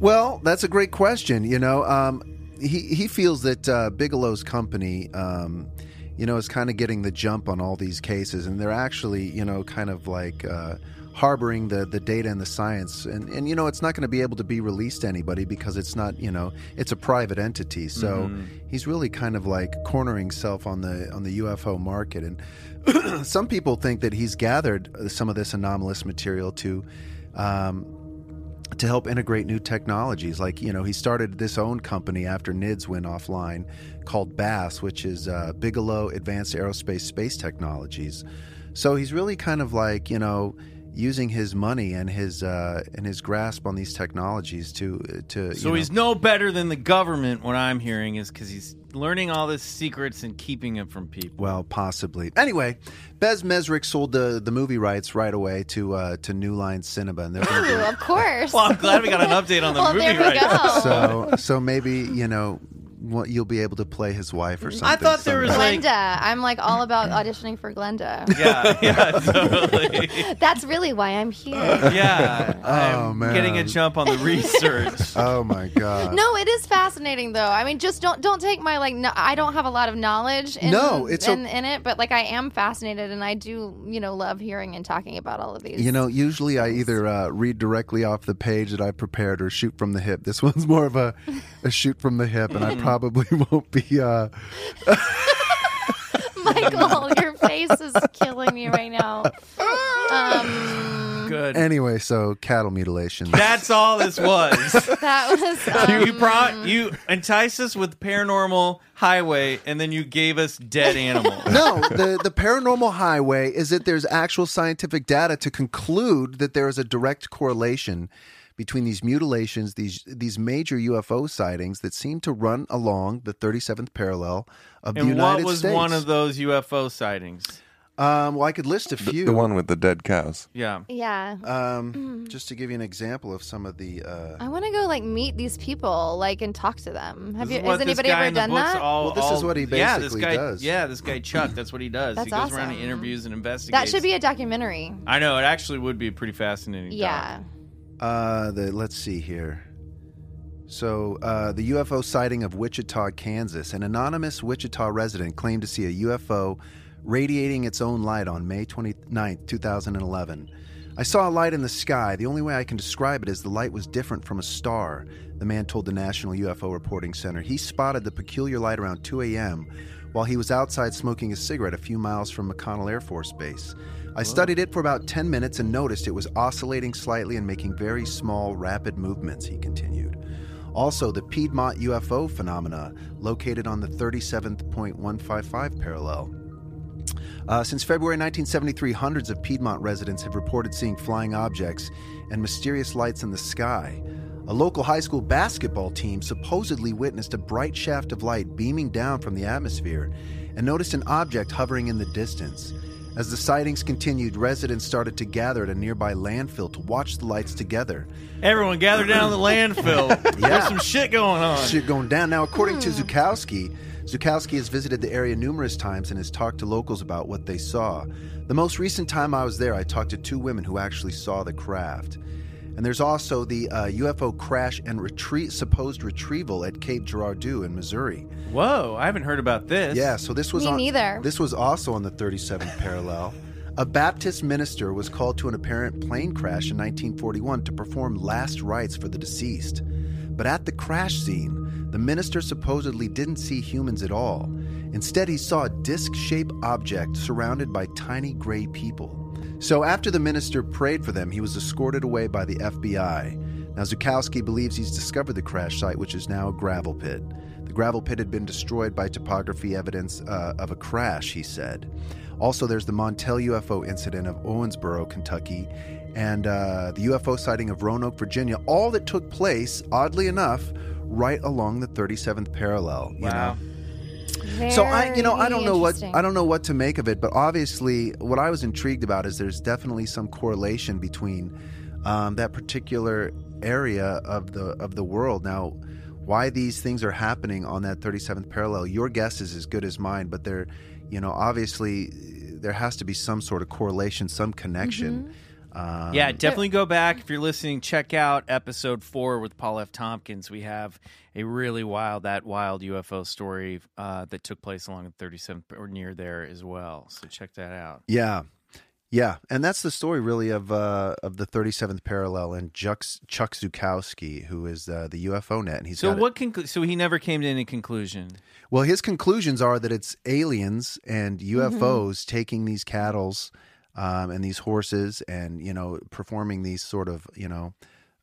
Speaker 2: Well, that's a great question. You know, um, he he feels that uh, Bigelow's company, um, you know, is kind of getting the jump on all these cases, and they're actually, you know, kind of like uh, harboring the the data and the science. And and you know, it's not going to be able to be released to anybody because it's not you know it's a private entity. So
Speaker 3: Mm-hmm.
Speaker 2: he's really kind of like cornering himself on the on the UFO market. And (clears throat) some people think that he's gathered uh, some of this anomalous material to. Um, to help integrate new technologies. Like, you know, he started this own company after NIDS went offline called BASS, which is uh, Bigelow Advanced Aerospace Space Technologies. So he's really kind of like, you know, using his money and his uh, and his grasp on these technologies to to
Speaker 1: So
Speaker 2: you know-
Speaker 1: he's no better than the government. What I'm hearing is because he's learning all the secrets and keeping it from people.
Speaker 2: Well, possibly. Anyway, Bez Mesrick sold the, the movie rights right away to uh, to New Line Cinema, and they're going to
Speaker 1: (laughs)
Speaker 5: Ooh, of course.
Speaker 1: Well, I'm glad we got an update on
Speaker 5: (laughs)
Speaker 1: the
Speaker 5: Well,
Speaker 1: movie
Speaker 5: there we
Speaker 1: right
Speaker 5: go.
Speaker 1: (laughs) now.
Speaker 2: so so maybe you know what you'll be able to play his wife or something.
Speaker 1: I thought there was
Speaker 2: someday.
Speaker 1: like,
Speaker 5: Glenda. I'm like all about auditioning
Speaker 2: (laughs)
Speaker 5: for Glenda.
Speaker 1: yeah, yeah, totally.
Speaker 5: That's really why
Speaker 2: (laughs)
Speaker 5: I'm here.
Speaker 1: yeah.
Speaker 2: Oh,
Speaker 1: I'm
Speaker 2: man.
Speaker 1: getting a jump on the
Speaker 2: (laughs)
Speaker 1: research.
Speaker 2: Oh my
Speaker 1: (laughs)
Speaker 2: god!
Speaker 5: No, it is fascinating though. I mean, just don't don't take my like. No, I don't have a lot of knowledge. In,
Speaker 2: No, it's o-
Speaker 5: in, in it, but like I am fascinated, and I do you know love hearing and talking about all of (laughs) these.
Speaker 2: You know, usually I either uh, read directly off the page that I prepared or shoot from the hip. This (laughs) one's more of a, a shoot from the hip,
Speaker 1: (laughs)
Speaker 2: and I probably (laughs) won't be. Uh,
Speaker 5: Michael, your face is killing me right now. Um,
Speaker 1: Good.
Speaker 2: anyway, so cattle mutilation.
Speaker 1: That's all this
Speaker 2: (laughs)
Speaker 1: was.
Speaker 5: that was um,
Speaker 1: you brought you enticed us with paranormal highway, and then you gave us dead animals.
Speaker 2: no, (laughs) the, the paranormal highway is that there's actual scientific data to conclude that there is a direct correlation between these mutilations, these these major UFO sightings that seem to run along the 37th parallel of the
Speaker 1: And
Speaker 2: United
Speaker 1: what was
Speaker 2: States.
Speaker 1: one of those UFO sightings?
Speaker 2: um, well, I could list a few.
Speaker 3: The one with the dead cows.
Speaker 1: Yeah.
Speaker 5: yeah.
Speaker 2: um, just to give you an example of some of the. Uh,
Speaker 5: I want to go like meet these people, like and talk to them. Have
Speaker 1: This
Speaker 5: you?
Speaker 1: is
Speaker 5: Has
Speaker 1: what this
Speaker 5: anybody
Speaker 1: guy
Speaker 5: ever
Speaker 1: in the
Speaker 5: done
Speaker 1: books
Speaker 5: that?
Speaker 1: all-
Speaker 2: Well, this is
Speaker 1: all-
Speaker 2: what he
Speaker 1: yeah, this
Speaker 2: basically
Speaker 1: guy,
Speaker 2: does.
Speaker 1: Yeah, this guy Chuck. That's what he does.
Speaker 5: That's
Speaker 1: he goes around and
Speaker 5: awesome.
Speaker 1: interviews and investigates.
Speaker 5: That should be a documentary.
Speaker 1: I know it actually would be pretty fascinating. doc.
Speaker 5: Yeah.
Speaker 2: Uh, the let's see here. So uh, the UFO sighting of Wichita, Kansas. An anonymous Wichita resident claimed to see a UFO radiating its own light on May 29th, 2011. I saw a light in the sky. The only way I can describe it is the light was different from a star, the man told the National UFO Reporting Center. He spotted the peculiar light around 2 a.m. while he was outside smoking a cigarette a few miles from McConnell Air Force Base. I studied it for about 10 minutes and noticed it was oscillating slightly and making very small, rapid movements, he continued. Also, the Piedmont UFO phenomena, located on the 37th.155 parallel. Uh, since February 1973, hundreds of Piedmont residents have reported seeing flying objects and mysterious lights in the sky. A local high school basketball team supposedly witnessed a bright shaft of light beaming down from the atmosphere and noticed an object hovering in the distance. As the sightings continued, residents started to gather at a nearby landfill to watch the lights together.
Speaker 1: Everyone gather down
Speaker 2: (laughs)
Speaker 1: at the landfill. There's some shit going on.
Speaker 2: shit going down. Now, according to Zukowski, Zukowski has visited the area numerous times and has talked to locals about what they saw. The most recent time I was there, I talked to two women who actually saw the craft. And there's also the uh, UFO crash and retreat, supposed retrieval at Cape Girardeau in Missouri.
Speaker 1: Whoa, I haven't heard about this.
Speaker 2: Yeah, so this was
Speaker 5: Me
Speaker 2: on,
Speaker 5: neither.
Speaker 2: This was also on the 37th parallel. A Baptist minister was called to an apparent plane crash in 1941 to perform last rites for the deceased. But at the crash scene, the minister supposedly didn't see humans at all. Instead, he saw a disc shaped object surrounded by tiny gray people. So after the minister prayed for them, he was escorted away by the FBI. Now, Zukowski believes he's discovered the crash site, which is now a gravel pit. The gravel pit had been destroyed by topography evidence uh, of a crash, he said. Also, there's the Montel UFO incident of Owensboro, Kentucky, and uh, the UFO sighting of Roanoke, Virginia, all that took place, oddly enough, right along the 37th parallel. You
Speaker 1: Wow.
Speaker 2: Know? So I, you know, I don't know what I
Speaker 5: don't.
Speaker 2: don't know what to make of it, but obviously, what I was intrigued about is there's definitely some correlation between um, that particular area of the of the world. Now, why these things are happening on that 37th parallel? Your guess is as good as mine, but there, you know, obviously, there has to be some sort of correlation, some connection. Um,
Speaker 1: Yeah, definitely go back if you're listening. Check out episode four with Paul F. Tompkins. We have a really wild, that wild UFO story uh, that took place along the 37th or near there as well. So check that out.
Speaker 2: Yeah. Yeah, and that's the story really of uh, of the 37th parallel and Chuck, Chuck Zukowski, who is uh, the UFO net, and he's
Speaker 1: So
Speaker 2: got it-
Speaker 1: what? Conclu- so he never came to any conclusion.
Speaker 2: Well, his conclusions are that it's aliens and
Speaker 5: Mm-hmm.
Speaker 2: UFOs taking these cattles um, and these horses and, you know, performing these sort of, you know,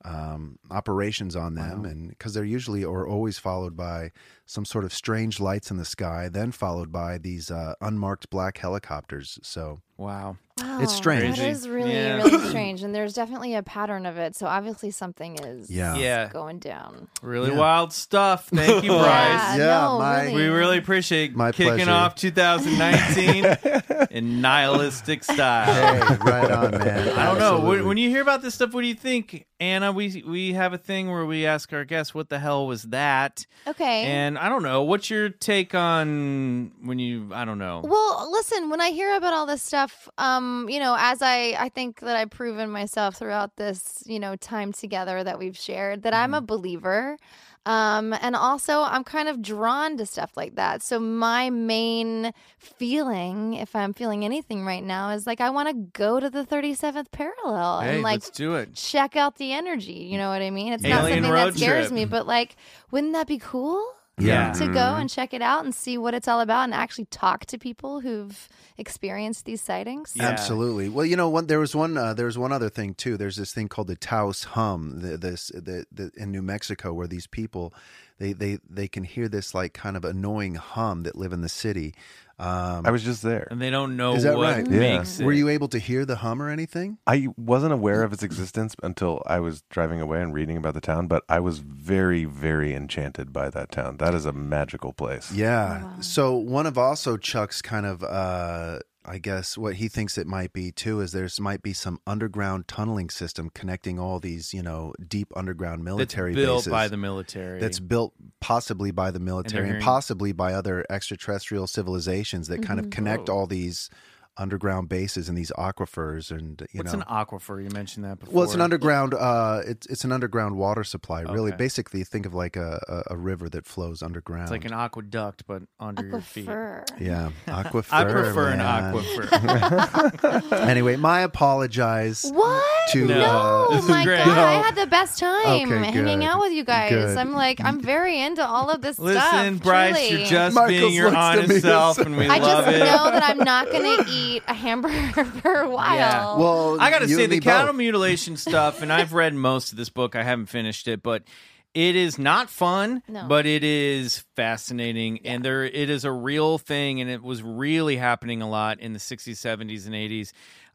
Speaker 2: um, operations on them. And because they're usually or always followed by some sort of strange lights in the sky, then followed by these uh, unmarked black helicopters. So
Speaker 1: Wow.
Speaker 2: it's
Speaker 5: Wow,
Speaker 2: strange.
Speaker 5: That is really,
Speaker 1: Yeah.
Speaker 5: really strange. And there's definitely a pattern of it. So obviously something is
Speaker 2: Yeah.
Speaker 1: Yeah.
Speaker 5: going down. Uh,
Speaker 1: Really wild
Speaker 2: (laughs)
Speaker 1: stuff. Thank you, Bryce.
Speaker 2: Yeah,
Speaker 5: no,
Speaker 2: my-
Speaker 5: really.
Speaker 1: We really appreciate
Speaker 2: My
Speaker 1: kicking
Speaker 2: pleasure.
Speaker 1: off
Speaker 2: (laughs)
Speaker 1: 2019 in nihilistic
Speaker 2: hey,
Speaker 1: style.
Speaker 2: right on, (laughs) man.
Speaker 1: I don't know. When,
Speaker 2: Absolutely.
Speaker 1: when you hear about this stuff, what do you think, Anna? We we have a thing where we ask our guests, "What the hell was that?"
Speaker 5: Okay.
Speaker 1: And I don't know. What's your take on when you? I don't know.
Speaker 5: Well, listen, when I hear about all this stuff, um, you know, as I I think that I've proven myself throughout this, you know, time together that we've shared that I'm a
Speaker 1: Mm-hmm.
Speaker 5: believer. Um, and also I'm kind of drawn to stuff like that. So my main feeling, if I'm feeling anything right now, is like I want to go to the 37th parallel
Speaker 1: hey,
Speaker 5: and like
Speaker 1: let's do it.
Speaker 5: check out the energy, you know what I mean? It's not
Speaker 1: Alien
Speaker 5: something
Speaker 1: road
Speaker 5: that scares
Speaker 1: trip.
Speaker 5: me, but like wouldn't that be cool?
Speaker 1: Yeah.
Speaker 5: to
Speaker 2: Mm-hmm.
Speaker 5: go and check it out and see what it's all about and actually talk to people who've experienced these sightings.
Speaker 1: Yeah.
Speaker 2: Absolutely. Well, you know, one, there was one. Uh, there was one other thing too. There's this thing called the Taos hum. The, this the, the, in New Mexico, where these people, they they they can hear this like kind of annoying hum that live in the city. Um,
Speaker 3: I was just there.
Speaker 1: And they don't know
Speaker 2: Is that
Speaker 1: what
Speaker 2: right?
Speaker 3: Yeah.
Speaker 1: makes it.
Speaker 2: were you able to hear the hum or anything?
Speaker 3: I wasn't aware of its existence until I was driving away and reading about the town, but I was very, very enchanted by that town. That is a magical place.
Speaker 2: Yeah. So one of also Chuck's kind of. Uh, I guess what he thinks it might be too is there's might be some underground tunneling system connecting all these you know deep underground
Speaker 1: that's
Speaker 2: military
Speaker 1: built
Speaker 2: bases
Speaker 1: by the military?
Speaker 2: that's built possibly by the military and
Speaker 1: hearing-
Speaker 2: possibly by other extraterrestrial civilizations that
Speaker 5: Mm-hmm.
Speaker 2: kind of connect all these underground bases and these aquifers and you
Speaker 1: What's
Speaker 2: know
Speaker 1: an aquifer? You mentioned that before.
Speaker 2: well it's an underground uh it's it's an underground water supply really
Speaker 1: Okay.
Speaker 2: basically think of like a, a a river that flows underground
Speaker 1: It's like an aqueduct, but under your feet.
Speaker 5: Aquifer.
Speaker 2: (laughs) yeah aquifer
Speaker 1: I prefer an
Speaker 2: man.
Speaker 5: (laughs)
Speaker 1: aquifer.
Speaker 2: anyway my apologize
Speaker 5: What?
Speaker 2: To,
Speaker 5: no,
Speaker 2: uh,
Speaker 1: this is
Speaker 2: (laughs)
Speaker 5: Oh my
Speaker 1: great.
Speaker 5: god! I had the best time
Speaker 2: Okay,
Speaker 5: hanging
Speaker 2: good.
Speaker 5: out with you guys.
Speaker 2: Good.
Speaker 5: I'm like,
Speaker 2: (laughs)
Speaker 5: I'm very into all of this stuff.
Speaker 1: Listen, Bryce,
Speaker 5: truly.
Speaker 1: you're just
Speaker 2: Michael's
Speaker 1: being your
Speaker 2: looks to me
Speaker 1: honest
Speaker 2: as-
Speaker 1: self, and we
Speaker 5: I
Speaker 1: love
Speaker 5: just
Speaker 1: it.
Speaker 5: know that I'm not gonna
Speaker 2: (laughs)
Speaker 5: eat a hamburger (laughs) for a while.
Speaker 1: Yeah.
Speaker 2: well
Speaker 1: I gotta
Speaker 2: Oh, you
Speaker 1: say
Speaker 2: and
Speaker 1: the
Speaker 2: me
Speaker 1: cattle
Speaker 2: both. (laughs)
Speaker 1: mutilation stuff, and I've read most of this book. I haven't finished it, but it is not fun,
Speaker 5: No.
Speaker 1: but it is fascinating, and there it is a real thing, and it was really happening a lot in the '60s, '70s, and '80s,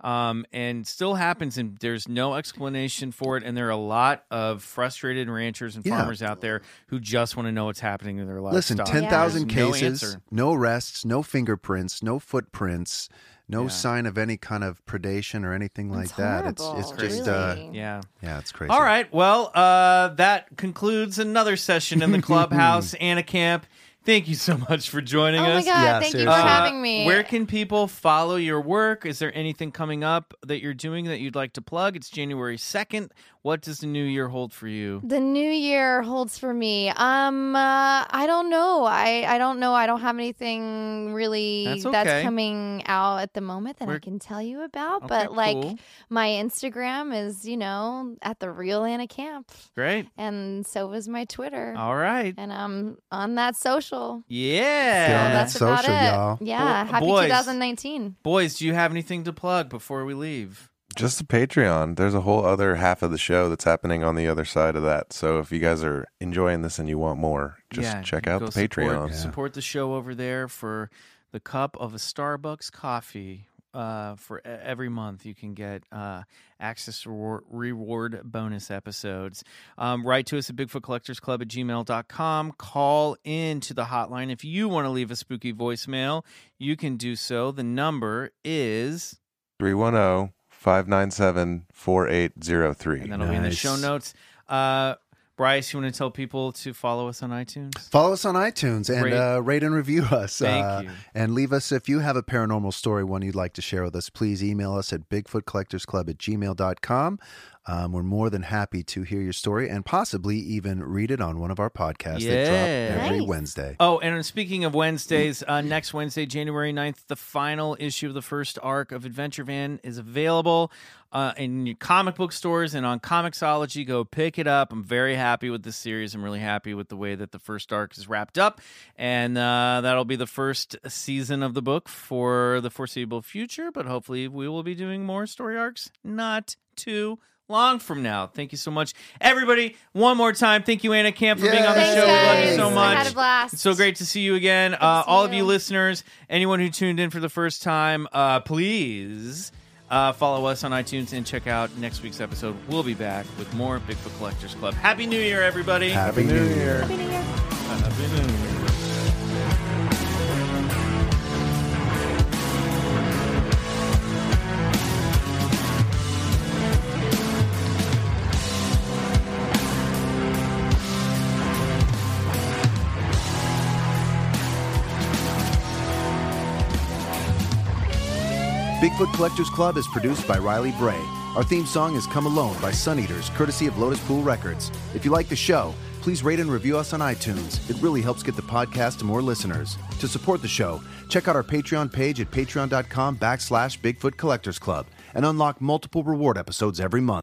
Speaker 1: um, and still happens. And there's no explanation for it, and there are a lot of frustrated ranchers and
Speaker 2: Yeah.
Speaker 1: farmers out there who just want to know what's happening to their
Speaker 2: Listen,
Speaker 1: livestock.
Speaker 2: ten thousand
Speaker 1: uh, There's no
Speaker 2: cases,
Speaker 1: answer.
Speaker 2: no, arrests, no fingerprints, no footprints, no sign of any kind of predation or anything like
Speaker 5: It's
Speaker 2: that. It's
Speaker 5: horrible,
Speaker 2: it's just uh,
Speaker 5: really.
Speaker 1: yeah.
Speaker 2: yeah, it's crazy.
Speaker 1: All right. Well, uh, that concludes another session in the clubhouse. Anna Camp, thank you so much for joining
Speaker 5: Oh my
Speaker 1: us.
Speaker 5: god!
Speaker 2: Yeah,
Speaker 5: thank you for
Speaker 2: seriously.
Speaker 1: Uh,
Speaker 5: having me.
Speaker 1: Where can people follow your work? Is there anything coming up that you're doing that you'd like to plug? It's January 2nd. What does the new year hold for you?
Speaker 5: The new year holds for me. Um, uh, I don't know. I, I don't know. I don't have anything really
Speaker 1: That's
Speaker 5: that's,
Speaker 1: okay.
Speaker 5: coming out at the moment that
Speaker 1: We're-
Speaker 5: I can tell you about.
Speaker 1: Okay,
Speaker 5: but like
Speaker 1: cool.
Speaker 5: my Instagram is, you know, at the real Anna Camp,
Speaker 1: Great.
Speaker 5: and so is my Twitter,
Speaker 1: All right.
Speaker 5: and I'm on that social.
Speaker 1: Yeah.
Speaker 2: Get on that
Speaker 5: That's about
Speaker 2: social,
Speaker 5: it.
Speaker 2: y'all.
Speaker 5: Yeah.
Speaker 1: Bo-
Speaker 5: Happy
Speaker 1: boys.
Speaker 5: 2019.
Speaker 1: Boys, do you have anything to plug before we leave?
Speaker 3: Just the Patreon. There's a whole other half of the show that's happening on the other side of that. So if you guys are enjoying this and you want more, just
Speaker 1: Yeah,
Speaker 3: check
Speaker 1: you
Speaker 3: out
Speaker 1: go
Speaker 3: the
Speaker 1: support-
Speaker 3: Patreon.
Speaker 1: Support, the show over there for the cup of a Starbucks coffee. Uh, for e- every month, you can get uh, access to rewar- reward bonus episodes. Um, write to us at bigfootcollectorsclub at gmail.com. Call in to the hotline. If you want to leave a spooky voicemail, you can do so. The number is,
Speaker 3: 310 597
Speaker 1: and
Speaker 3: 4803.
Speaker 1: that'll be in the show
Speaker 2: Nice.
Speaker 1: notes. Uh, Bryce, you want to tell people to follow us on iTunes?
Speaker 2: Follow us on iTunes and
Speaker 1: Rate-
Speaker 2: uh, rate and review (laughs) us.
Speaker 1: Thank
Speaker 2: uh,
Speaker 1: you.
Speaker 2: And leave us, if you have a paranormal story, one you'd like to share with us, please email us at bigfootcollectorsclub at gmail.com. um, we're more than happy to hear your story and possibly even read it on one of our podcasts that
Speaker 1: Yeah.
Speaker 2: drop every
Speaker 5: Nice.
Speaker 2: Wednesday.
Speaker 1: Oh, and speaking of Wednesdays, uh, next Wednesday, January 9th, the final issue of the first arc of Adventure Van is available uh, in your comic book stores and on Comixology. Go pick it up. I'm very happy with this series. I'm really happy with the way that the first arc is wrapped up. And uh, that'll be the first season of the book for the foreseeable future. But hopefully, we will be doing more story arcs not too long from now. Thank you so much, everybody. One more time, thank you, Anna Camp, for being on the
Speaker 5: Thanks,
Speaker 1: show. We love you
Speaker 5: guys.
Speaker 1: so
Speaker 5: I
Speaker 1: much.
Speaker 5: had a blast.
Speaker 1: It's so great to see you again. Uh, all of
Speaker 5: you.
Speaker 1: you listeners, anyone who tuned in for the first time, uh, please uh, follow us on iTunes and check out next week's episode. We'll be back with more Bigfoot Collectors Club. Happy New Year, everybody.
Speaker 2: Happy New Year. Bigfoot Collectors Club is produced by Riley Bray. Our theme song is Come Alone by Sun Eaters, courtesy of Lotus Pool Records. If you like the show, please rate and review us on iTunes. It really helps get the podcast to more listeners. To support the show, check out our Patreon page at patreon.com backslash Bigfoot Collectors Club and unlock multiple reward episodes every month.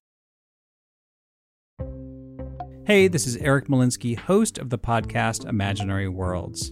Speaker 9: Hey, this is Eric Malinsky, host of the podcast Imaginary Worlds.